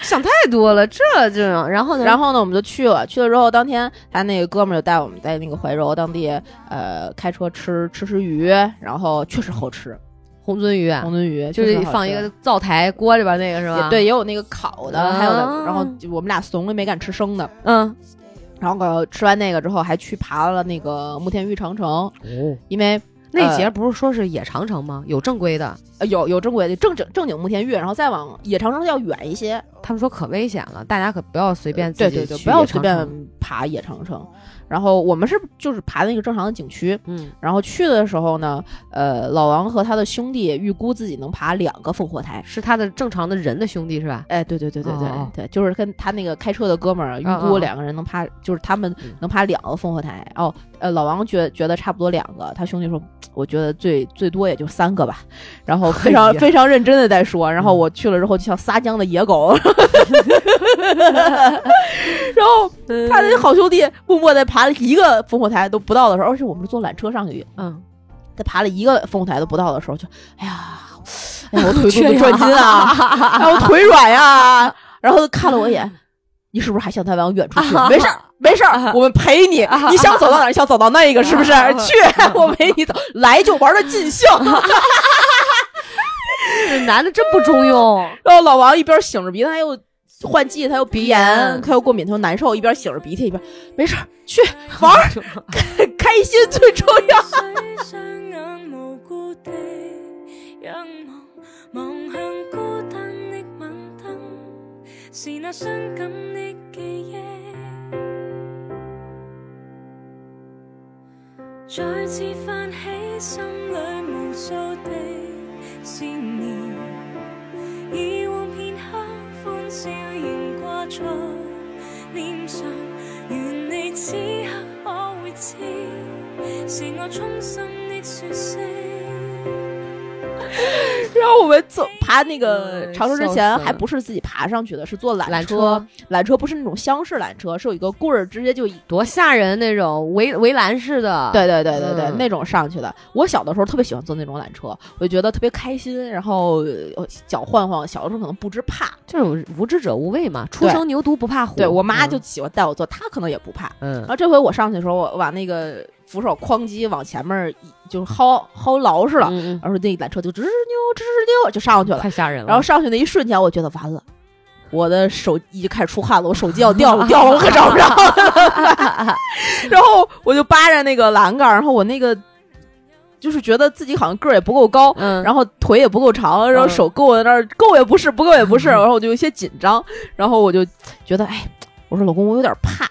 B: 想太多了，这就然后呢？
C: <laughs> 然后呢，我们就去了，去了之后，当天他那个哥们儿就带我们在那个怀柔当地，呃，开车吃吃吃鱼，然后确实好吃，
B: 红鳟鱼啊，
C: 红鳟鱼
B: 就是
C: 确实好吃
B: 放一个灶台锅里边那个是吧？
C: 也对，，也有那个烤的，还有
B: 啊
C: 的，然后就我们俩怂了，没敢吃生的。
B: 嗯，
C: 然后呃吃完那个之后，还去爬了那个慕田峪长城，
B: 哦，
C: 因为
B: 那节不是说是也长城吗？有正规的，
C: 呃有有正规的正正正经慕田峪，然后再往野长城要远一些，
B: 他们说可危险了，大家可不要随便自
C: 对
B: 己
C: 呃对对，
B: 去
C: 不要
B: 野
C: 随
B: 长
C: 便
B: 城
C: 爬野长城。然后我们是就是爬那个正常的景区，
B: 嗯
C: 然后去的时候呢，呃，老王和他的兄弟预估自己能爬两个烽火台。
B: 是他的正常的人的兄弟是吧？
C: 哎，对对对对对、
B: 哦哦
C: 对，就是跟他那个开车的哥们儿预
B: 哦
C: 估
B: 哦
C: 两个人能爬，就是他们
B: 嗯
C: 能爬两个烽火台。哦，呃，老王觉觉得差不多两个，他兄弟说，我觉得最最多也就三个吧。
B: <laughs>
C: 然后非常
B: 哎呀
C: 非常认真的在说，然后
B: 嗯
C: 我去了之后就像撒娇的野狗， <laughs> 然后
B: 嗯
C: 他的好兄弟默默的爬了一个烽火台都不到的时候，而且我们是坐缆车上去，
B: 嗯，
C: 他爬了一个烽火台都不到的时候，就哎呀，哎呀，我腿肚
B: 缺
C: 子转筋啊，哎，我腿软呀、然后看了我一眼，你是不是还想再往远处去？没事儿，没事儿，我们陪你，你想走到哪儿，你想走到那个是不是？去，我陪你走，来就玩的尽兴。
B: 这男的真不中 <laughs> 用，
C: 然后老王一边擤着鼻涕，他又换季，他又鼻炎
B: 炎，
C: 他又过敏，他又难受，一边擤着鼻涕一边没事儿去玩儿，开心最重要。
E: 水上眼無故地仰望，望向孤單的晚燈，是那傷感的記憶，再次泛起心裏無數的思念，以往片刻歡笑仍掛在臉上，願你此刻可會知。是我衷心的说声，
C: 然后我们走爬那个
B: 嗯
C: 长城之
B: 笑
C: 前，
B: 死了
C: 还不是自己爬上去的，是坐缆
B: 缆
C: 车。缆车不是那种厢式缆车，是有一个棍儿，直接就一
B: 多吓人那种围围栏似的，
C: 对对对对对，
B: 嗯
C: 那种上去的。我小的时候特别喜欢坐那种缆车，我就觉得特别开心，然后呃脚晃晃。小的时候可能不知怕，
B: 这种无知者无畏嘛，初
C: 对
B: 生牛犊不怕虎。
C: 对我妈就
B: 嗯
C: 喜欢带我坐，她可能也不怕。
B: 嗯
C: 然后这回我上去的时候，我把那个扶手哐叽往前面一就是薅薅牢似的，
B: 嗯
C: 然后那缆车就吱吱扭吱吱扭就上去
B: 嗯
C: 了。
B: 太吓人了。
C: 然后上去那一瞬间，我觉得完了，我的手已经开始出汗了，我手机要
B: <laughs>
C: 掉了，掉了我可找不着了。然后我就扒着那个栏杆儿，然后我那个就是觉得自己好像个儿也不够高。
B: 嗯，
C: 然后腿也不够长，然后
B: 嗯
C: 手够在那儿够也不是，不够也不是，然后我就有些紧张，然后我就觉得，哎，我说老公，我有点怕，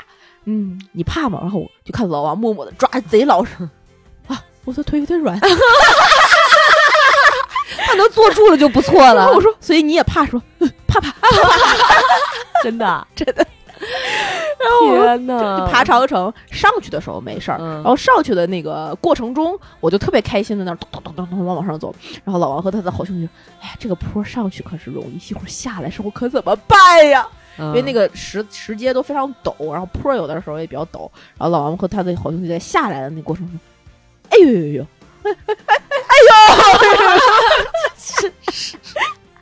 C: 嗯，你怕吗？然后我就看老王默默的抓贼 <laughs> 牢实，啊，我的腿有点 <laughs> 软，
B: 他能坐住了就不错
C: 然
B: 了
C: <laughs> 后我。说，所以你也怕是吧？嗯怕怕，
B: 真的，
C: 然后我说
B: 天呐，
C: 爬长城上去的时候没事儿，
B: 嗯
C: 然后上去的那个过程中，我就特别开心的那儿咚咚咚咚咚往往上走，然后老王和他的好兄弟就，哎呀，这个坡上去可是容易，一会儿下来时候可怎么办呀？
B: 嗯，
C: 因为那个石石阶都非常陡，然后坡有的时候也比较陡，然后老王和他的好兄弟在下来的那过程中，哎呦呦呦
B: <laughs>
C: 呦，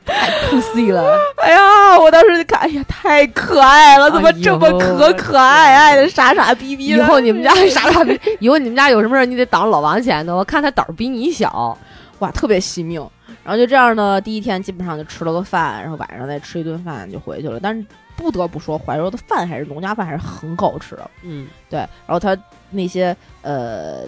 B: pussy 了，
C: 哎呀，我当时就看，哎呀，太可爱了，怎么
B: 哎呦
C: 这么可可爱爱的，傻傻逼逼
B: 以
C: 的。
B: 后你们家啥大逼，以后你们家有什么事儿你得挡着老王前头，我看他胆儿比你
C: 哦
B: 小。
C: 哇，特别惜命。然后就这样呢，第一天基本上就吃了个饭，然后晚上再吃一顿饭就回去了。但是不得不说，怀柔的饭还是农家饭还是很好吃的。
B: 嗯，
C: 对，然后它那些呃，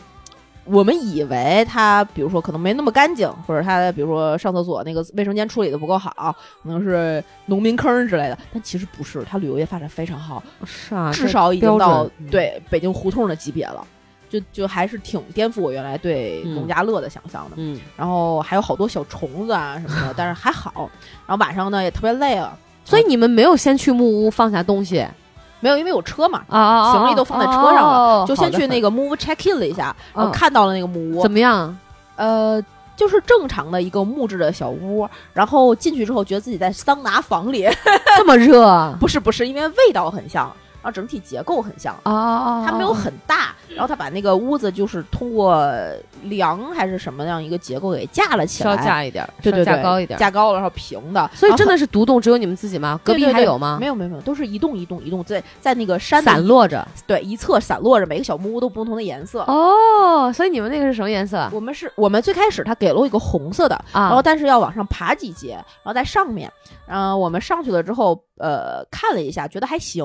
C: 我们以为它比如说可能没那么干净，或者它比如说上厕所那个卫生间处理的不够好，可能是农民坑之类的，但其实不是，它旅游业发展非常好，
B: 是啊，
C: 至
B: 这
C: 少已经
B: 标准
C: 到
B: 嗯
C: 对北京胡同的级别了。就就还是挺颠覆我原来对农家乐的想象的，
B: 嗯，
C: 然后还有好多小虫子啊什么的，但是还好。然后晚上呢也特别累了，
B: 所以你们没有先去木屋放下东西啊
C: 没有因为有车嘛，
B: 啊啊！
C: 行李都放在车上
B: 哦
C: 了，就先去那
B: 个
C: 个木屋 check in 了一下，我
B: 嗯
C: 看到了那个木屋
B: 怎，么样？
C: 呃，就是正常的一个木质的小屋，然后进去之后觉得自己在桑拿房里， <laughs>
B: 这么热啊
C: 不是不是，因为味道很像，然后整体结构很像。
B: 啊啊！
C: 它没有很大，然后它把那个屋子就是通过梁还是什么样一个结构给架了起
B: 稍
C: 来，
B: 架一点儿，
C: 对对
B: 稍
C: 对，
B: 架高一点儿。
C: 架高了，然后平的，
B: 所以
C: 然后
B: 真的是独栋，只有你们自己吗？隔壁
C: 对对
B: 还
C: 对
B: 有吗
C: 没？有没有没有，都是一栋一栋一栋在在那个山的
B: 散落着
C: 对一侧散落着，每个小木屋都不同的颜色。
B: 哦，所以你们那个是什么颜色
C: 我们是我们最开始他给了我一个红色的，然后
B: 啊？
C: 但是要往上爬几阶，然后在上面，嗯、我们上去了之后，呃看了一下，觉得还行，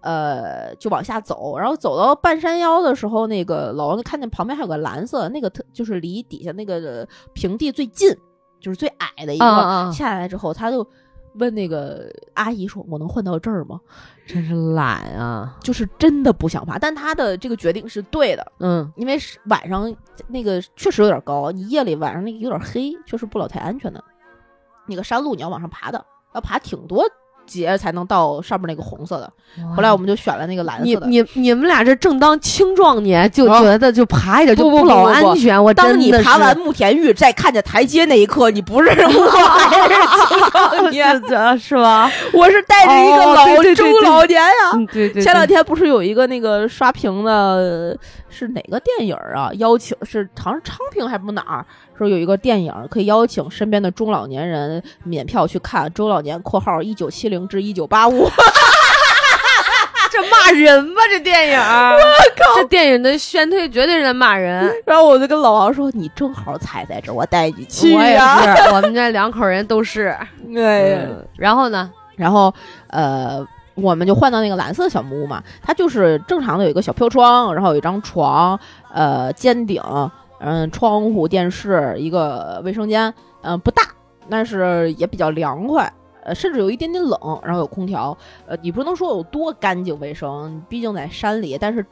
C: 呃就往下走，然后走到半山腰的时候，那个老王就看见旁边还有个蓝色，那个特就是离底下那个平地最近，就是最矮的一个，
B: 嗯嗯嗯
C: 下来之后他就。问那个阿姨说：“我能换到这儿吗
B: 真是懒啊？”。
C: 就是真的不想爬，但他的这个决定是对的，
B: 嗯，
C: 因为是晚上那个确实有点高，你夜里晚上那个有点黑，确实不老太安全的。那个山路你要往上爬的，要爬挺多节才能到上面那个红色的。后来我们就选了那个蓝
B: 你
C: 色的。
B: 你你们俩这正当青壮年，就
C: 啊
B: 觉得就爬一点就
C: 不不不
B: 老
C: 不不
B: 安全。我
C: 当
B: 真
C: 你
B: 的
C: 爬
B: 是 <laughs> 哦
C: 完慕田峪，再看见台阶那一刻，你不是我，还是青壮年，
B: 是是
C: <laughs>
B: 吧？
C: 我是带着一个
B: 哦对对
C: 老
B: 对
C: 中
B: 对
C: 老年呀、
B: <laughs> 嗯，对对。
C: 前两天不是有一个那个刷屏的，是哪个电影啊？邀请是好像是昌平还不哪儿说有一个电影可以邀请身边的中老年人免票去看，中老年（括号一九七零至一九八五 <laughs>
B: 这骂人吧，这电影，我靠，这电影的宣推绝对是在骂
C: <laughs>
B: 人。）。
C: 然后我就跟老王说：“你正好踩在这儿，我带你去
B: 我也
C: 呀、
B: 是，我们这两口人都是。
C: 对呀
B: 嗯然后呢？
C: 然后呃，我们就换到那个蓝色小木屋嘛，它就是正常的有一个小飘窗，然后有一张床，呃，尖顶，嗯，窗户、电视，一个卫生间，嗯、不大，但是也比较凉快。呃，甚至有一点点冷，然后有空调，呃，你不能说有多干净卫生，毕竟在山里，但是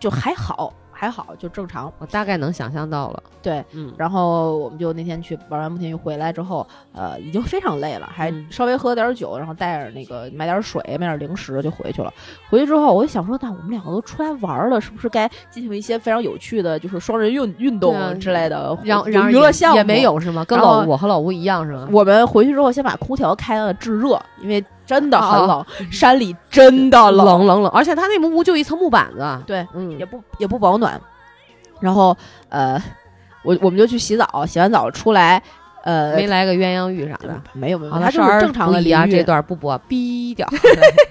C: 就还好，还好，就正常。
B: 我大概能想象到了。
C: 对，
B: 嗯，
C: 然后我们就那天去玩完慕田峪回来之后，呃，已经非常累了，还
B: 嗯
C: 稍微喝点酒，然后带着那个买点水、买点零食就回去了。回去之后，我就想说，那我们两个都出来玩了，是不是该进行一些非常有趣的，就是双人运运
B: 对啊
C: 动之类的
B: 然后
C: 娱
B: 然后
C: 娱乐项目
B: 也没。有是吗？跟
C: 然后
B: 老我和老吴一样是吗？
C: 我们回去之后，先把空调开了制热，因为真的很
B: 哦嗯
C: 冷，山里真的冷，
B: 冷冷冷，而且他那木屋就一层木板子。
C: 对，
B: 嗯
C: 也，不也不保暖。然后呃，我我们就去洗澡，洗完澡出来，呃，
B: 没来个鸳鸯浴啥的。
C: 没有没有，
B: 好
C: 它
B: 了，
C: 嗯就
B: 少儿
C: 是正常的
B: 不宜
C: 淋
B: 啊，
C: 浴，
B: 这段不播，逼
C: <laughs>
B: 掉。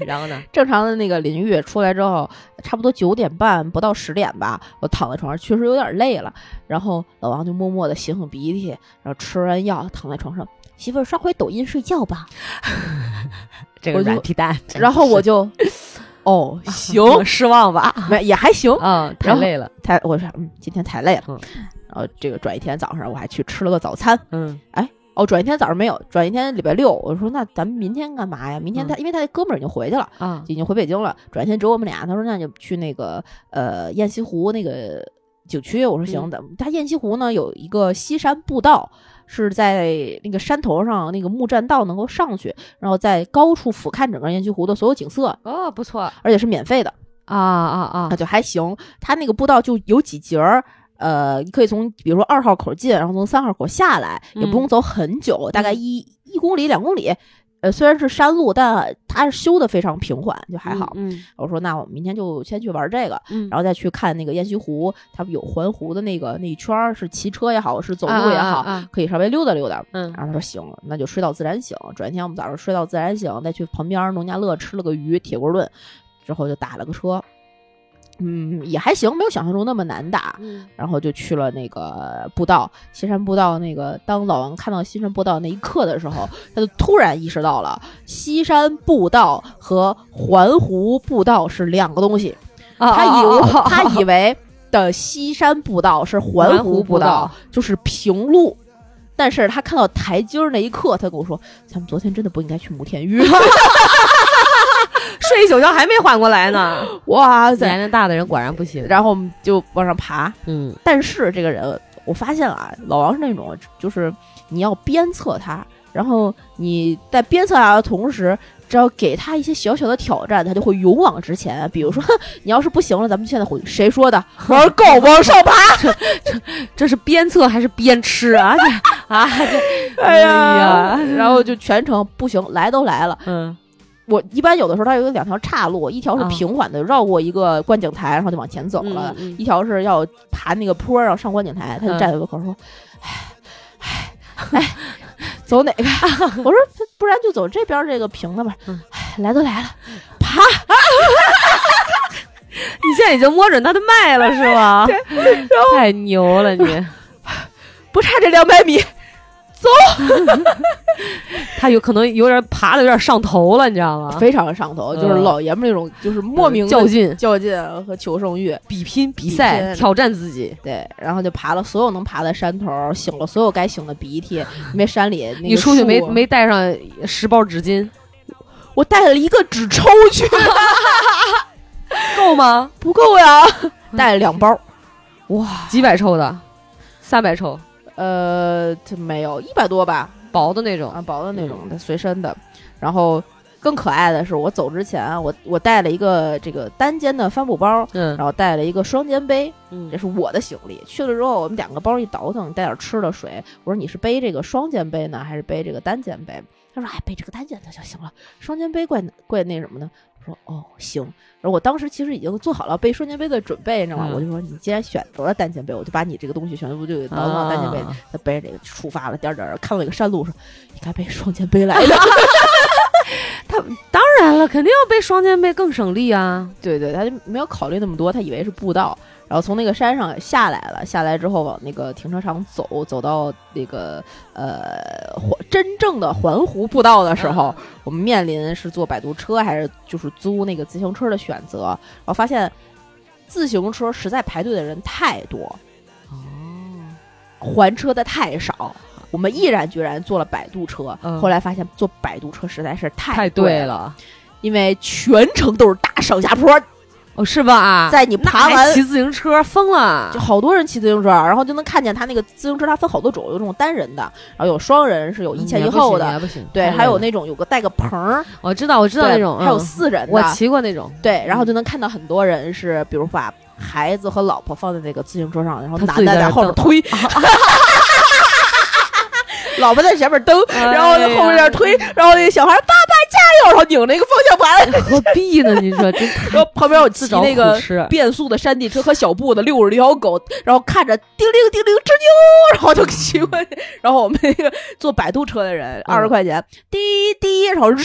B: 然后呢？
C: 正常的那个淋浴出来之后，差不多九点半不到十点吧，我躺在床上确实有点累了，然后老王就默默的擤擤鼻涕，然后吃完药躺在床上，媳妇儿刷会抖音睡觉吧，
B: 这
C: 个软
B: 皮 <laughs> 蛋，
C: 然后我就， <laughs> 哦行，
B: 失望吧？
C: <laughs> 没也还行，
B: 啊，太
C: 然后
B: 累了。
C: 才我说嗯今天太累了，
B: 嗯
C: 然后这个转一天早上我还去吃了个早餐，
B: 嗯，
C: 哦，转一天早上没有，转一天礼拜六，我说那咱们明天干嘛呀？明天他、因为他的哥们儿已经回去了。
B: 啊，
C: 已经回北京了，转天只有我们俩。他说那就去那个呃雁西湖那个景区。我说行，
B: 嗯
C: 咱们它雁西湖呢有一个西山步道，是在那个山头上那个木栈道能够上去，然后在高处俯瞰整个雁西湖的所有景色，
B: 哦，不错啊
C: 而且是免费的，
B: 啊啊
C: 啊，！就还行。它那个步道就有几节儿。呃，你可以从比如说二号口进，然后从三号口下来，也不用
B: 嗯
C: 走很久，大概一一公里两公里。呃，虽然是山路，但它是修的非常平缓，就还好。
B: 嗯
C: 我说那我们明天就先去玩这个，
B: 嗯，
C: 然后再去看那个雁西湖，它不有环湖的那个那一圈儿，是骑车也好，是走路也好，
B: 啊啊啊
C: 可以稍微溜达溜达。
B: 嗯
C: 然后他说行，那就睡到自然醒。转天我们早上睡到自然醒，再去旁边农家乐吃了个鱼铁锅炖，之后就打了个车，嗯，也还行，没有想象中那么难打。
B: 嗯
C: 然后就去了那个步道，西山步道那个。当老王看到西山步道那一刻的时候，他就突然意识到了西山步道和环湖步道是两个东西。
B: 啊
C: 他以为
B: 啊啊啊
C: 他以为的西山步道是环
B: 环
C: 湖
B: 湖
C: 步
B: 步
C: 道
B: 道，
C: 就是平路。但是他看到台阶儿那一刻，他跟我说：“咱们昨天真的不应该去慕田峪。
B: 睡一宿觉还没缓过来呢。”
C: <laughs> 哇塞！
B: 年龄大的人果然不行。
C: 然后我们就往上爬，
B: 嗯
C: 但是这个人，我发现了啊，老王是那种，就是你要鞭策他，然后你在鞭策他的同时，只要给他一些小小的挑战，他就会勇往直前。比如说， <laughs> 你要是不行了，咱们现在回去。谁说的？ <laughs> 我说够，往上爬。
B: 这是鞭策还是鞭吃啊？这啊， <laughs> 这
C: 哎呀， <laughs> 然后就全程不行，来都来了。
B: 嗯
C: 我一般有的时候它有两条岔路，一条是
B: 啊
C: 平缓的，绕过一个观景台，然后就往前走了。
B: 嗯嗯
C: 一条是要爬那个坡儿，然后上观景台，他就
B: 嗯
C: 站在门口说：“哎、哎哎，走哪个？”我说：“不然就走这边儿这个平的吧。
B: 嗯
C: 哎，来都来了，
B: 你现在已经摸准他的脉了是 <laughs> 吗？太牛了你！
C: 不差这两百米，
B: 他有可能有点爬的有点上头了，你知道吗？
C: 非常上头，就是
B: 啊嗯
C: 老爷们儿那种，就是莫名的
B: 较劲、
C: 较劲和求胜欲。
B: 比拼、比
C: 比
B: 赛、
C: 拼
B: 挑战自己。
C: 对，然后就爬了所有能爬的山头，擤了所有该擤的鼻涕。因为山里那个
B: 你出去没
C: 树，
B: 没带上十包纸巾，
C: 我带了一个纸抽去，
B: 够吗？
C: 不够呀， <laughs> 带了两包。
B: 哇，几百抽的，三百抽，
C: <laughs> 呃，这没有一百多吧，
B: 薄的那种。
C: 啊，薄的那种的，随身的。然后更可爱的是，我走之前，啊我我带了一个这个单肩的帆布包，
B: 嗯
C: 然后带了一个双肩背，
B: 嗯
C: 这是我的行李。去了之后，我们两个包一倒腾，带点吃的水。我说你是背这个双肩背呢，还是背这个单肩背？他说哎，背这个单肩的就行了，双肩背怪怪那什么呢？我说哦行，然后我当时其实已经做好了背双肩背的准备，你知道吗？
B: 嗯
C: 我就说你既然选择了单肩背，我就把你这个东西全部就给倒腾到单肩背里。
B: 啊
C: 他背着这个出发了，颠儿颠儿看到一个山路，说你该背双肩背来的。
B: 当然了，肯定要背双肩背更省力啊。
C: 对对，他就没有考虑那么多，他以为是步道，然后从那个山上下来了，下来之后往那个停车场走，走到那个呃环真正的环湖步道的时候， <laughs> 我们面临是坐摆渡车还是就是租那个自行车的选择，然后发现自行车实在排队的人太多，
B: 哦，
C: 还车的太少。我们毅然决然坐了摆渡车，
B: 嗯
C: 后来发现坐摆渡车实在是
B: 太
C: 太
B: 对
C: 了，
B: 了，
C: 因为全程都是大上下坡，
B: 哦，是吧？
C: 在你
B: 那
C: 爬
B: 还
C: 完
B: 骑自行车疯了
C: 就，好多人骑自行车，然后就能看见他那个自行车，它分好多种，有这种单人的，然后有双人，是有一前一后的，
B: 嗯也不行，也不行
C: 对，
B: 太累
C: 还有
B: 了
C: 那种有个带个棚儿，
B: 我知道，我知道
C: 对
B: 那种，
C: 还有
B: 嗯
C: 四人
B: 我
C: 的，
B: 骑过那种，
C: 对，然后就能看到很多人是，比如把孩子和老婆放在那个自行车上，然后
B: 他
C: 男
B: 自己
C: 的
B: 在那
C: 在
B: 儿
C: 后面
B: 蹬 <laughs>
C: 推。老婆在前面蹬，然
B: 哎
C: 后就后面在那儿推，然后那个小孩儿爸爸加油，然后拧那个方向盘，
B: 何必呢？你说真太
C: 然 <laughs> 后旁边有
B: 自
C: 骑
B: 找
C: 那
B: 苦
C: 个
B: 吃。
C: 变速的山地车和小布的遛着一条狗，然后看着叮铃叮铃吱扭，然后就骑过去。然后我们那个坐摆渡车的人，
B: 嗯
C: 二十块钱，滴滴，然后入，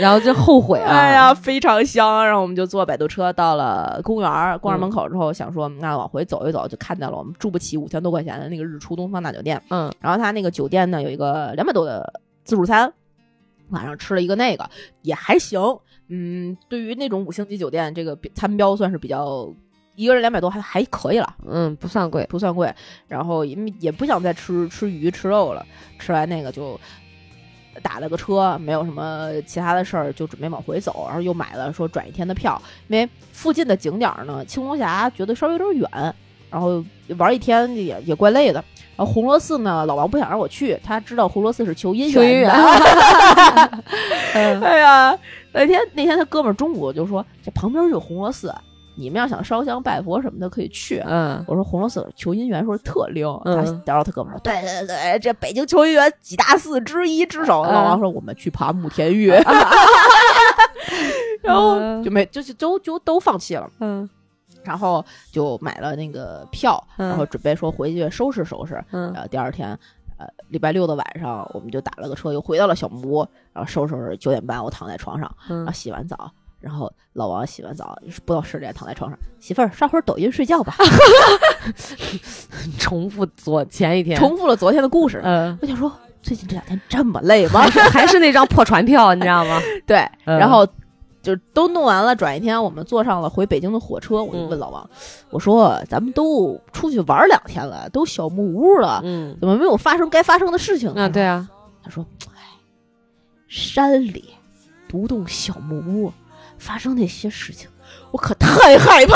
B: 然后就后悔啊！
C: <laughs> 哎呀，，非常香。然后我们就坐摆渡车到了公园儿，逛上门口之后，想说嗯那往回走一走，就看到了我们住不起五千多块钱的那个日出东方大酒店。
B: 嗯，
C: 然后他那个酒店呢有一个两百多的自助餐，晚上吃了一个那个也还行。嗯，对于那种五星级酒店，这个比餐标算是比较一个人两百多还还可以了，
B: 嗯，不算贵，
C: 不算贵。然后因为也不想再吃吃鱼吃肉了，吃完那个就。打了个车，没有什么其他的事儿，就准备往回走，然后又买了说转一天的票，因为附近的景点儿呢，青龙峡觉得稍微有点远，然后玩一天也也怪累的。然后红螺寺呢，老王不想让我去，他知道红螺寺是求姻
B: 求姻
C: 缘
B: <laughs>
C: 的，<laughs>
B: 嗯
C: 哎呀，那天那天他哥们儿中午就说，这旁边有红螺寺，你们要想烧香拜佛什么的可以去。
B: 嗯，
C: 我说红螺寺求姻缘说是特灵，
B: 嗯
C: 他然后他哥们儿说，对对对，这北京求姻缘几大寺之一之首。
B: 嗯
C: 老王说我们去爬慕田 <laughs> 峪，然后就没就是都就都放弃了。
B: 嗯
C: 然后就买了那个票，
B: 嗯
C: 然后准备说回去收拾收拾，
B: 嗯
C: 然后第二天，呃，礼拜六的晚上，我们就打了个车，又回到了小木屋，然后收拾收拾，九点半我躺在床上，然后
B: 嗯，
C: 洗完澡，然后老王洗完澡不到十点躺在床上，媳妇儿刷会儿抖音睡觉吧，
B: 重复昨前一天，
C: 重复了昨天的故 <laughs> 事。
B: 嗯，
C: 我想说，最近这两天这么累吗
B: <laughs> 还？是 <laughs> 还是那张破船票，你知道吗？
C: 对，
B: 嗯
C: <laughs> 然后就都弄完了，转一天我们坐上了回北京的火车，
B: 嗯
C: 我就问老王，我说咱们都出去玩两天了，都小木屋了，
B: 嗯，
C: 怎么没有发生该发生的事情呢？
B: 啊，对啊，
C: 他说：“哎，山里独栋小木屋发生那些事情，我可太害怕。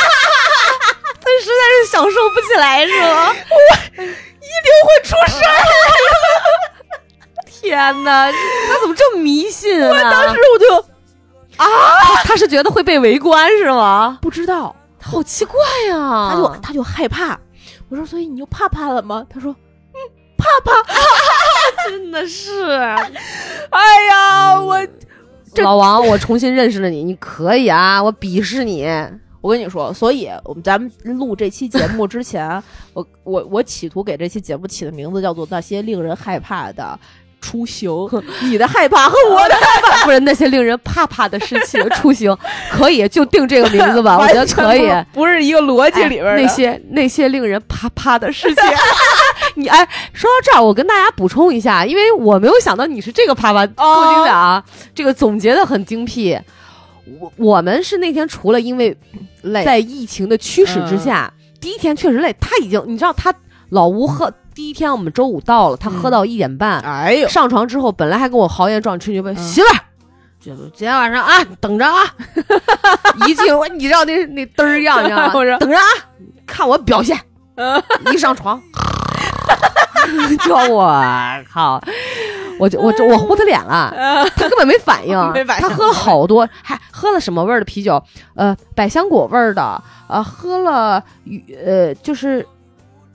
B: 他实在是享受不起来，是吗？ <laughs> 我一定会出事！天哪，他怎么这么迷信啊？我当时
C: <laughs> 我就
B: 他是觉得会被围观是吗？
C: 不知道，
B: 好奇怪啊呀、
C: 他就、他就害怕。我说：所以你就怕怕了吗？他说：
B: 真的是 <laughs>
C: 哎呀，我
B: 老王，我重新认识了你，你可以啊，我鄙视你。
C: 我跟你说，所以我们咱们录这期节目之 <laughs> 前，我我我企图给这期节目起的名字叫做《那些令人害怕的》。
A: 出行，
C: 你的害怕和我的
B: <laughs> 不是那些令人怕怕的事情出行，可以就定这个名字 <laughs> 吧，我
C: 完
B: 觉得
C: 全
B: 可以。
C: 不不是一个逻辑
B: 哎
C: 里边儿的
B: 那些那些令人啪啪的事情， <laughs> 你哎，说到这儿，我跟大家补充一下，因为我没有想到你是这个啪啪
C: 哦
B: 副警长，啊这个总结的很精辟。我我们是那天除了因为
C: 累嗯
B: 在疫情的驱使之下，第一天确实累，他已经你知道他老吴喝第一天我们周五到了，他
C: 嗯
B: 喝到一点半，
C: 哎呦，
B: 上床之后，本来还跟我豪言壮语吹牛逼，媳妇儿，这今天晚上啊，等着啊！ <laughs> 一进屋，你知道那那嘚儿样，你知 <laughs> 道
C: 我知
B: 吗？
C: 道
B: 等着啊，看我表现。一上床，嗯 <laughs> 就我靠，我就我就我呼他脸了，他根本嗯 <laughs> 没反应，
C: 没反应
B: 他喝了好多，还喝了什么味儿的啤酒？呃，百香果味儿的，呃，喝了呃，就是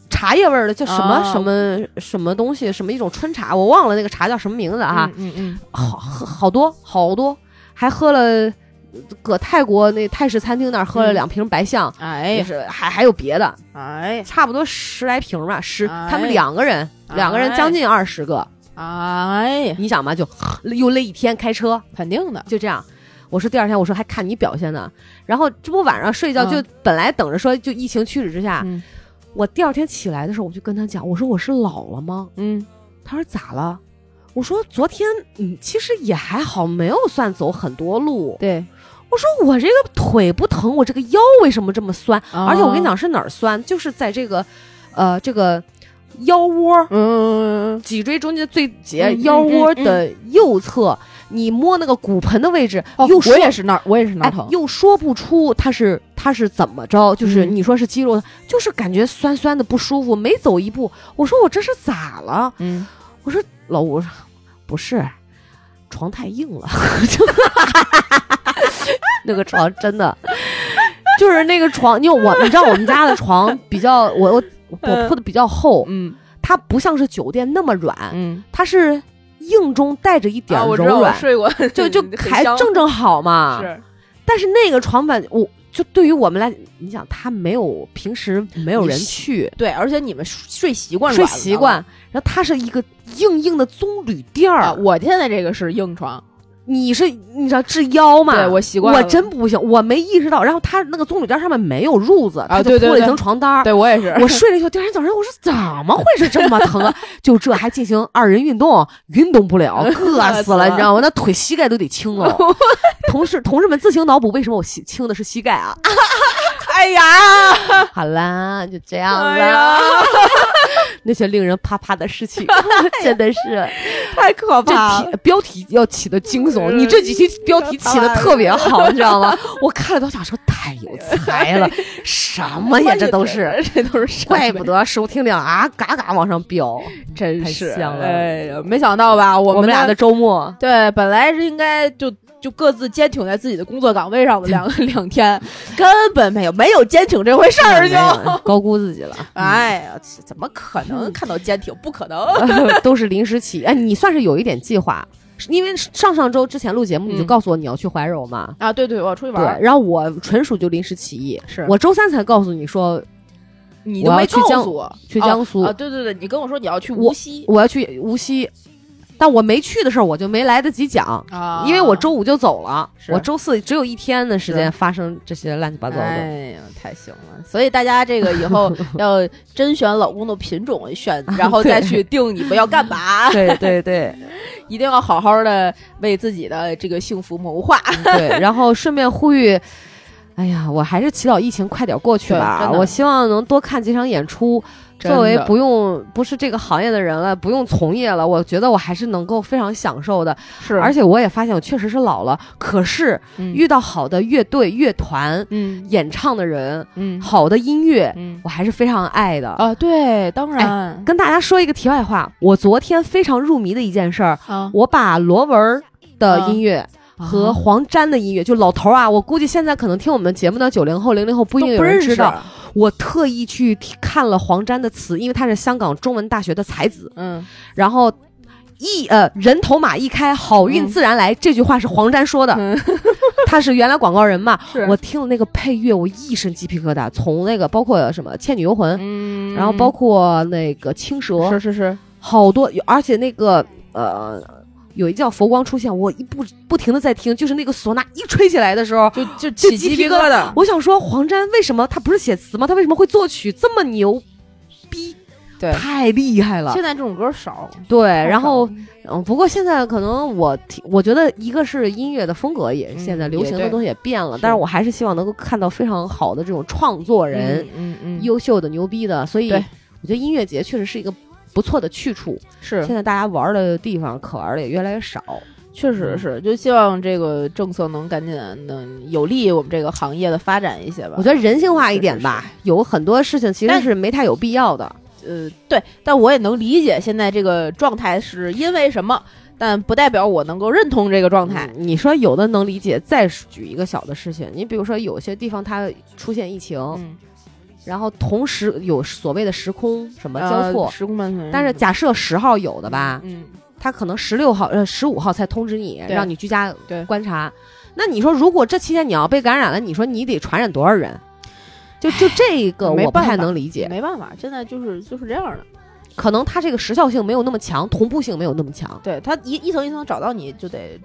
B: 茶叶味儿的，叫什么、
C: 啊
B: 什么什么东西，什么一种春茶，我忘了那个茶叫什么名字啊，
C: 嗯嗯
B: 好喝好多好多，还喝了。呃搁泰国那泰式餐厅那儿喝了
C: 嗯
B: 两瓶白象，
C: 哎
B: 也
C: 呀，
B: 是还还有别的，
C: 哎
B: 差不多十来瓶吧，十、
C: 哎
B: 他们两个人，
C: 哎
B: 两个人将近二十个，
C: 哎呀，
B: 你想嘛，就 <sighs> 又累一天开车，
C: 肯定的，
B: 就这样。我说第二天，我说还看你表现呢，然后这不晚上睡觉就本来等着说就疫情驱使之下，
C: 嗯
B: 我第二天起来的时候我就跟他讲，我说我是老了吗？
C: 嗯
B: 他说咋了？我说昨天嗯其实也还好，没有算走很多路。
C: 对，
B: 我说我这个腿不疼，我这个腰为什么这么酸？而且我跟你
C: 哦，
B: 讲是哪儿酸，就是在这个，呃，这个腰窝儿
C: 嗯嗯
B: 脊椎中间最节
C: 嗯
B: 腰窝的右侧，你摸那个骨盆的位置，
C: 嗯，
B: 又
C: 我
B: 说
C: 也是那儿，我也是那儿
B: 哎
C: 疼，
B: 又说不出它是它是怎么着，就是
C: 嗯
B: 你说是肌肉，就是感觉酸酸的不舒服，每走一步，我说我这是咋了？
C: 嗯，
B: 我说老吴，我说不是，床太硬了， <laughs> 那个床真的就是那个床，因为我你知道我们家的床比较我我我铺的比较厚，
C: 嗯
B: 它不像是酒店那么软，
C: 嗯，
B: 它是硬中带着一点
C: 啊
B: 儿
C: 我
B: 柔
C: 知道我
B: 软，
C: 睡过，
B: 就
C: <laughs>
B: 就
C: 很
B: 还
C: 香
B: 正正好嘛。
C: 是
B: 但是那个床板，我就对于我们来，你想它没有平时没有
C: 你
B: 人
C: 习
B: 去
C: 对，而且你们睡习惯
B: 睡
C: 软了
B: 习惯，然后它是一个硬硬的棕榈垫儿、
C: 啊，我现在这个是硬床，
B: 你是你知道治腰嘛？
C: 对我习惯了
B: 我真不行，我没意识到。然后它那个棕榈垫上面没有褥子，它就
C: 啊对
B: 铺
C: 对
B: 了一
C: 对
B: 层床单儿。
C: 对我也是，
B: 我睡了一觉，第二天早上我说怎么会是这么疼
C: <laughs>
B: 啊？就这还进行二人运动，运动不了，
C: <laughs>
B: 硌死了，你知道吗？那腿膝盖都得青了。同事同事们自行脑补，为什么我膝青的是膝盖啊？
C: <laughs> 哎呀，
B: <laughs> 好啦，就这样
C: 哎
B: 啦。
C: 呀，
B: 那些令人啪啪的事
C: <laughs>
B: 情，真的是
C: 哎太可
B: 这
C: 怕了，嗯
B: 题标题要起的惊悚。
C: 是
B: 你这几期标题起的特别好，
C: 嗯
B: 你知道吗？我看了都想说太有才
C: <laughs>
B: 了，什么呀，这都是。，
C: 这都是什么
B: 怪
C: 呀，
B: 不得收听量啊，嘎嘎往上飙。
C: 真
B: 太
C: 是，
B: 香了
C: 哎呀，没想到吧？我
B: 我们俩
C: 俩
B: 的周末，
C: 对，本来是应该就就各自坚挺在自己的工作岗位上的两 <laughs> 两
B: <laughs>
C: 天，根本没有没有坚挺这回事儿
B: 嗯没
C: 就，，
B: 有哎高估自己了
C: <laughs> 哎呀，怎么可
B: 嗯
C: 能看到坚挺？不可能！
B: 都是临时起。哎，你算是有一点计划，是因为上上周之前录节目你就
C: 嗯
B: 告诉我你要去怀柔嘛，
C: 啊，对对，我要出去玩
B: 对，
C: 儿，
B: 然后我纯属就临时起意，
C: 是
B: 我周三才告诉你说
C: 你
B: 我
C: 都
B: 要
C: 没
B: 去
C: 告
B: 江
C: 诉我
B: 去
C: 哦
B: 江苏
C: 啊，对对对，你跟我说你要去
B: 我
C: 无锡
B: 我要去无锡，但我没去的时候我就没来得及讲。
C: 啊
B: 因为我周五就走了，
C: 是
B: 我周四只有一天的时间发生这些乱七八糟的。
C: 哎呀，太行了！所以大家这个以 <laughs> 后要甄选老公的品种，选然后再去定你们要干嘛， <laughs>
B: 对对对
C: 一定要好好的为自己的这个幸福谋划。
B: 对，然后顺便呼吁，哎呀，我还是祈祷疫情快点过去
C: 对
B: 吧。
C: 真的
B: 我希望能多看几场演出。
C: 真的
B: 作为不用不是这个行业的人了，不用从业了，我觉得我还是能够非常享受的。
C: 是
B: 而且我也发现我确实是老了，可是遇到好的乐队、乐团、
C: 嗯
B: 演唱的人、
C: 嗯
B: 好的音乐，
C: 嗯哎
B: 我还是非常爱的。
C: 啊，对，当然
B: 跟大家说一个题外话，我昨天非常入迷的一件事儿，
C: 啊
B: 我把罗文儿的
C: 哦
B: 音乐
A: 啊
B: 和黄沾的音乐，就老头儿啊，我估计现在可能听我们节目的九零后、零零后不一定有人知道，，我特意去听看了黄沾的词，因为他是香港中文大学的才子，
C: 嗯，
B: 然后。一呃，人头马一开，好运
C: 嗯
B: 自然来。这句话是黄沾说的，
C: 嗯
B: <laughs>
C: <laughs>
B: 他是原来广告人嘛。
C: 是
B: 我听了那个配乐，我一身鸡皮疙瘩，从那个包括什么《倩女幽魂》
C: 嗯
B: 然后包括那个《青蛇》，
C: 是是是，
B: 好多，有而且那个呃。有一叫佛光出现，我一不不停的在听，就是那个唢呐一吹起来的时候，
C: 就就
B: 鸡
C: 起鸡
B: 皮
C: 皮
B: 疙
C: 疙瘩。
B: 我想说黄沾为什么他不是写词吗？他为什么会作曲这么牛逼？
C: 对
B: 太厉害了
C: 现。在这种歌少，
B: 对，
C: 少
B: 然后嗯，不过现在可能我听我觉得一个是音乐的风格也
C: 嗯
B: 现在流行
C: 也
B: 的
C: 对
B: 东西也变了，
C: 是
B: 但是我还是希望能够看到非常好的这种创作人，
C: 嗯嗯，
B: 优秀的、牛逼的，所以
C: 对
B: 我觉得音乐节确实是一个不错的去处。
C: 是
B: 现在大家玩的地方可玩的也越来越少。
C: 确
B: 嗯
C: 实是，就希望这个政策能赶紧能有利于我们这个行业的发展一些吧。
B: 我觉得人性化一点
C: 是是
B: 吧，有很多事情其实
C: 但
B: 是没太有必要的。
C: 呃，对，但我也能理解现在这个状态是因为什么，但不代表我能够认同这个状态。
B: 嗯你说有的能理解，再举一个小的事情，你比如说有些地方它出现疫情，
C: 嗯，
B: 然后同时有所谓的时空什么交
C: 呃
B: 错，
C: 时空伴随。
B: 但是假设十号有的吧，
C: 嗯，
B: 他可能十六号呃十五号才通知你，
C: 对
B: 让你居家
C: 对
B: 观察。那你说，如果这期间你要被感染了，你说你得传染多少人？就就这个，
C: 没
B: 我不
C: 办
B: 太
C: 法
B: 能理解。
C: 没办法，现在就是就是这样的。
B: 可能它这个时效性没有那么强，同步性没有那么强。
C: 对他一一层一层找到你就得，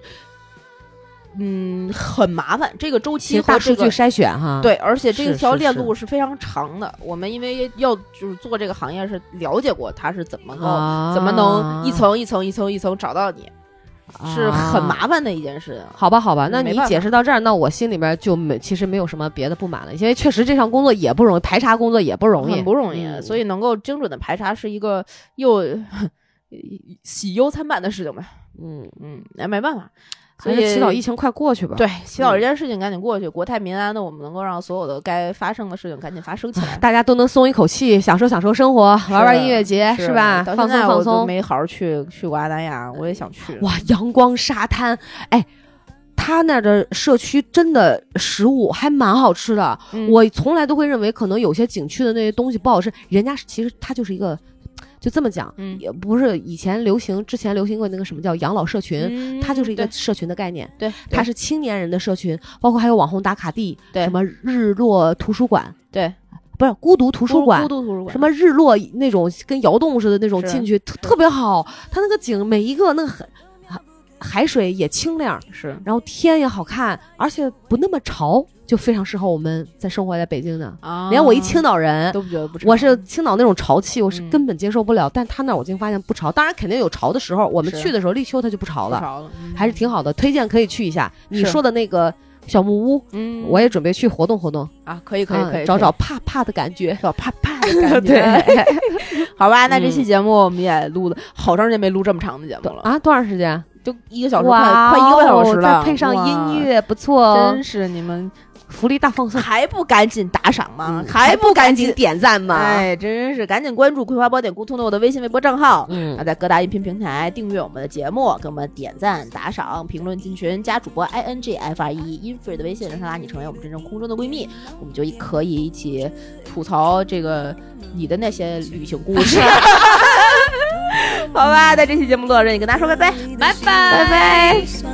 C: 嗯，很麻烦。这个周
B: 其
C: 期
B: 实
C: 和
B: 大数
C: 这
B: 据
C: 个
B: 筛选哈，，
C: 对，而且这
B: 啊是
C: 一条
B: 是
C: 链
B: 是
C: 路是非常长的。我们因为要就是做这个行业，是了解过它是怎么能、
B: 啊啊
C: 怎么能一层一层一层一层找到你，是很
B: 麻。
C: 麻烦的一件事情。
B: 好吧，好吧，
C: 嗯
B: 那
C: 没
B: 你
C: 办法
B: 解释到这儿，那我心里边就没其实没有什么别的不满了，因为确实这项工作也不容易，排查工作也不容易，
C: 很不容易，
B: 嗯
C: 所以能够精准的排查是一个又 <laughs> 喜忧参半的事情吧。
B: 嗯，
C: 嗯，哎，没办法，所
B: 还
C: 以
B: 是祈祷疫情快过去吧。，
C: 对祈祷
B: 嗯
C: 这件事情赶紧过去，国泰民安的，我们能够让所有的该发生的事情赶紧发生起来。
B: 大家都能松一口气，享受享受生活，玩玩音乐节
C: 是
B: 吧？
C: 到
B: 放
C: 现
B: 松
C: 在
B: 放
C: 我都
B: 松。
C: 没好好去去过阿那亚，我也想去。
B: 哇，阳光沙滩，哎，他那儿的社区真的食物还蛮好吃的。
C: 嗯
B: 我从来都会认为可能有些景区的那些东西不好吃，人家其实它就是一个，就这么讲，
C: 嗯
B: 也不是以前流行，之前流行过那个什么叫养老社群，
C: 嗯
B: 它就是一个
C: 对
B: 社群的概念，
C: 对，
B: 它
C: 是
B: 是青年人的社群，包括还有网红打卡地，
C: 对
B: 什么日落图书馆，
C: 对
B: 不是孤独图
C: 图
B: 书馆
C: 孤。独图书馆
B: 什么日落那种跟窑洞似的那种
C: 是
B: 进去特特别好，它那个景每一个那个很海海水也清亮，
C: 是
B: 然后天也好看，而且不那么潮，就非常适合我们在生活在北京的。
C: 啊
B: 连我一青岛人，
C: 都不觉得不成
B: 我是青岛那种潮气，我是
C: 嗯
B: 根本接受不了。但他那儿我竟发现不潮，当然肯定有潮的时候。我们
C: 是
B: 去的时候立秋它就不潮
C: 不
B: 了，
C: 潮了，嗯
B: 还是挺好的，推荐可以去一下。你
C: 是
B: 说的那个小木屋，
C: 嗯，
B: 我也准备去活动活动，
C: 啊，可以可以
B: 嗯
C: 可以
B: 找
C: 可以
B: 找怕怕的感觉。嗯
C: 小啪啪 <laughs> 的感觉。
B: 对， <laughs>
C: 好吧，那这期节目我们也录了，好长时间没录这么长的节目了，
B: 啊，多长时间？
C: 就一个小时快
B: 哇哦，
C: 快一个半小时了，
B: 再配上
C: 哇
B: 音，乐，不错哦
C: 真，是你们
B: 福利大放
C: <laughs>
B: 送。
C: 还不赶紧打赏吗
B: 嗯？
C: 不赶
B: 紧？点赞嘛？
C: 哎，真是赶紧关注《葵花宝典》沟通的我的微信、微博账号。
B: 嗯
C: 啊，，在各大音频平台订阅我们的节目，给我们点赞、打赏、评论、进群，加主播 i n g f r e infree 的微信，让他拉你成为我们真正空中的闺蜜，我们就可以一起吐槽这个你的那些旅行故事。好吧，那这期节目录到这里，跟大家说拜拜，拜拜，拜拜。
E: 手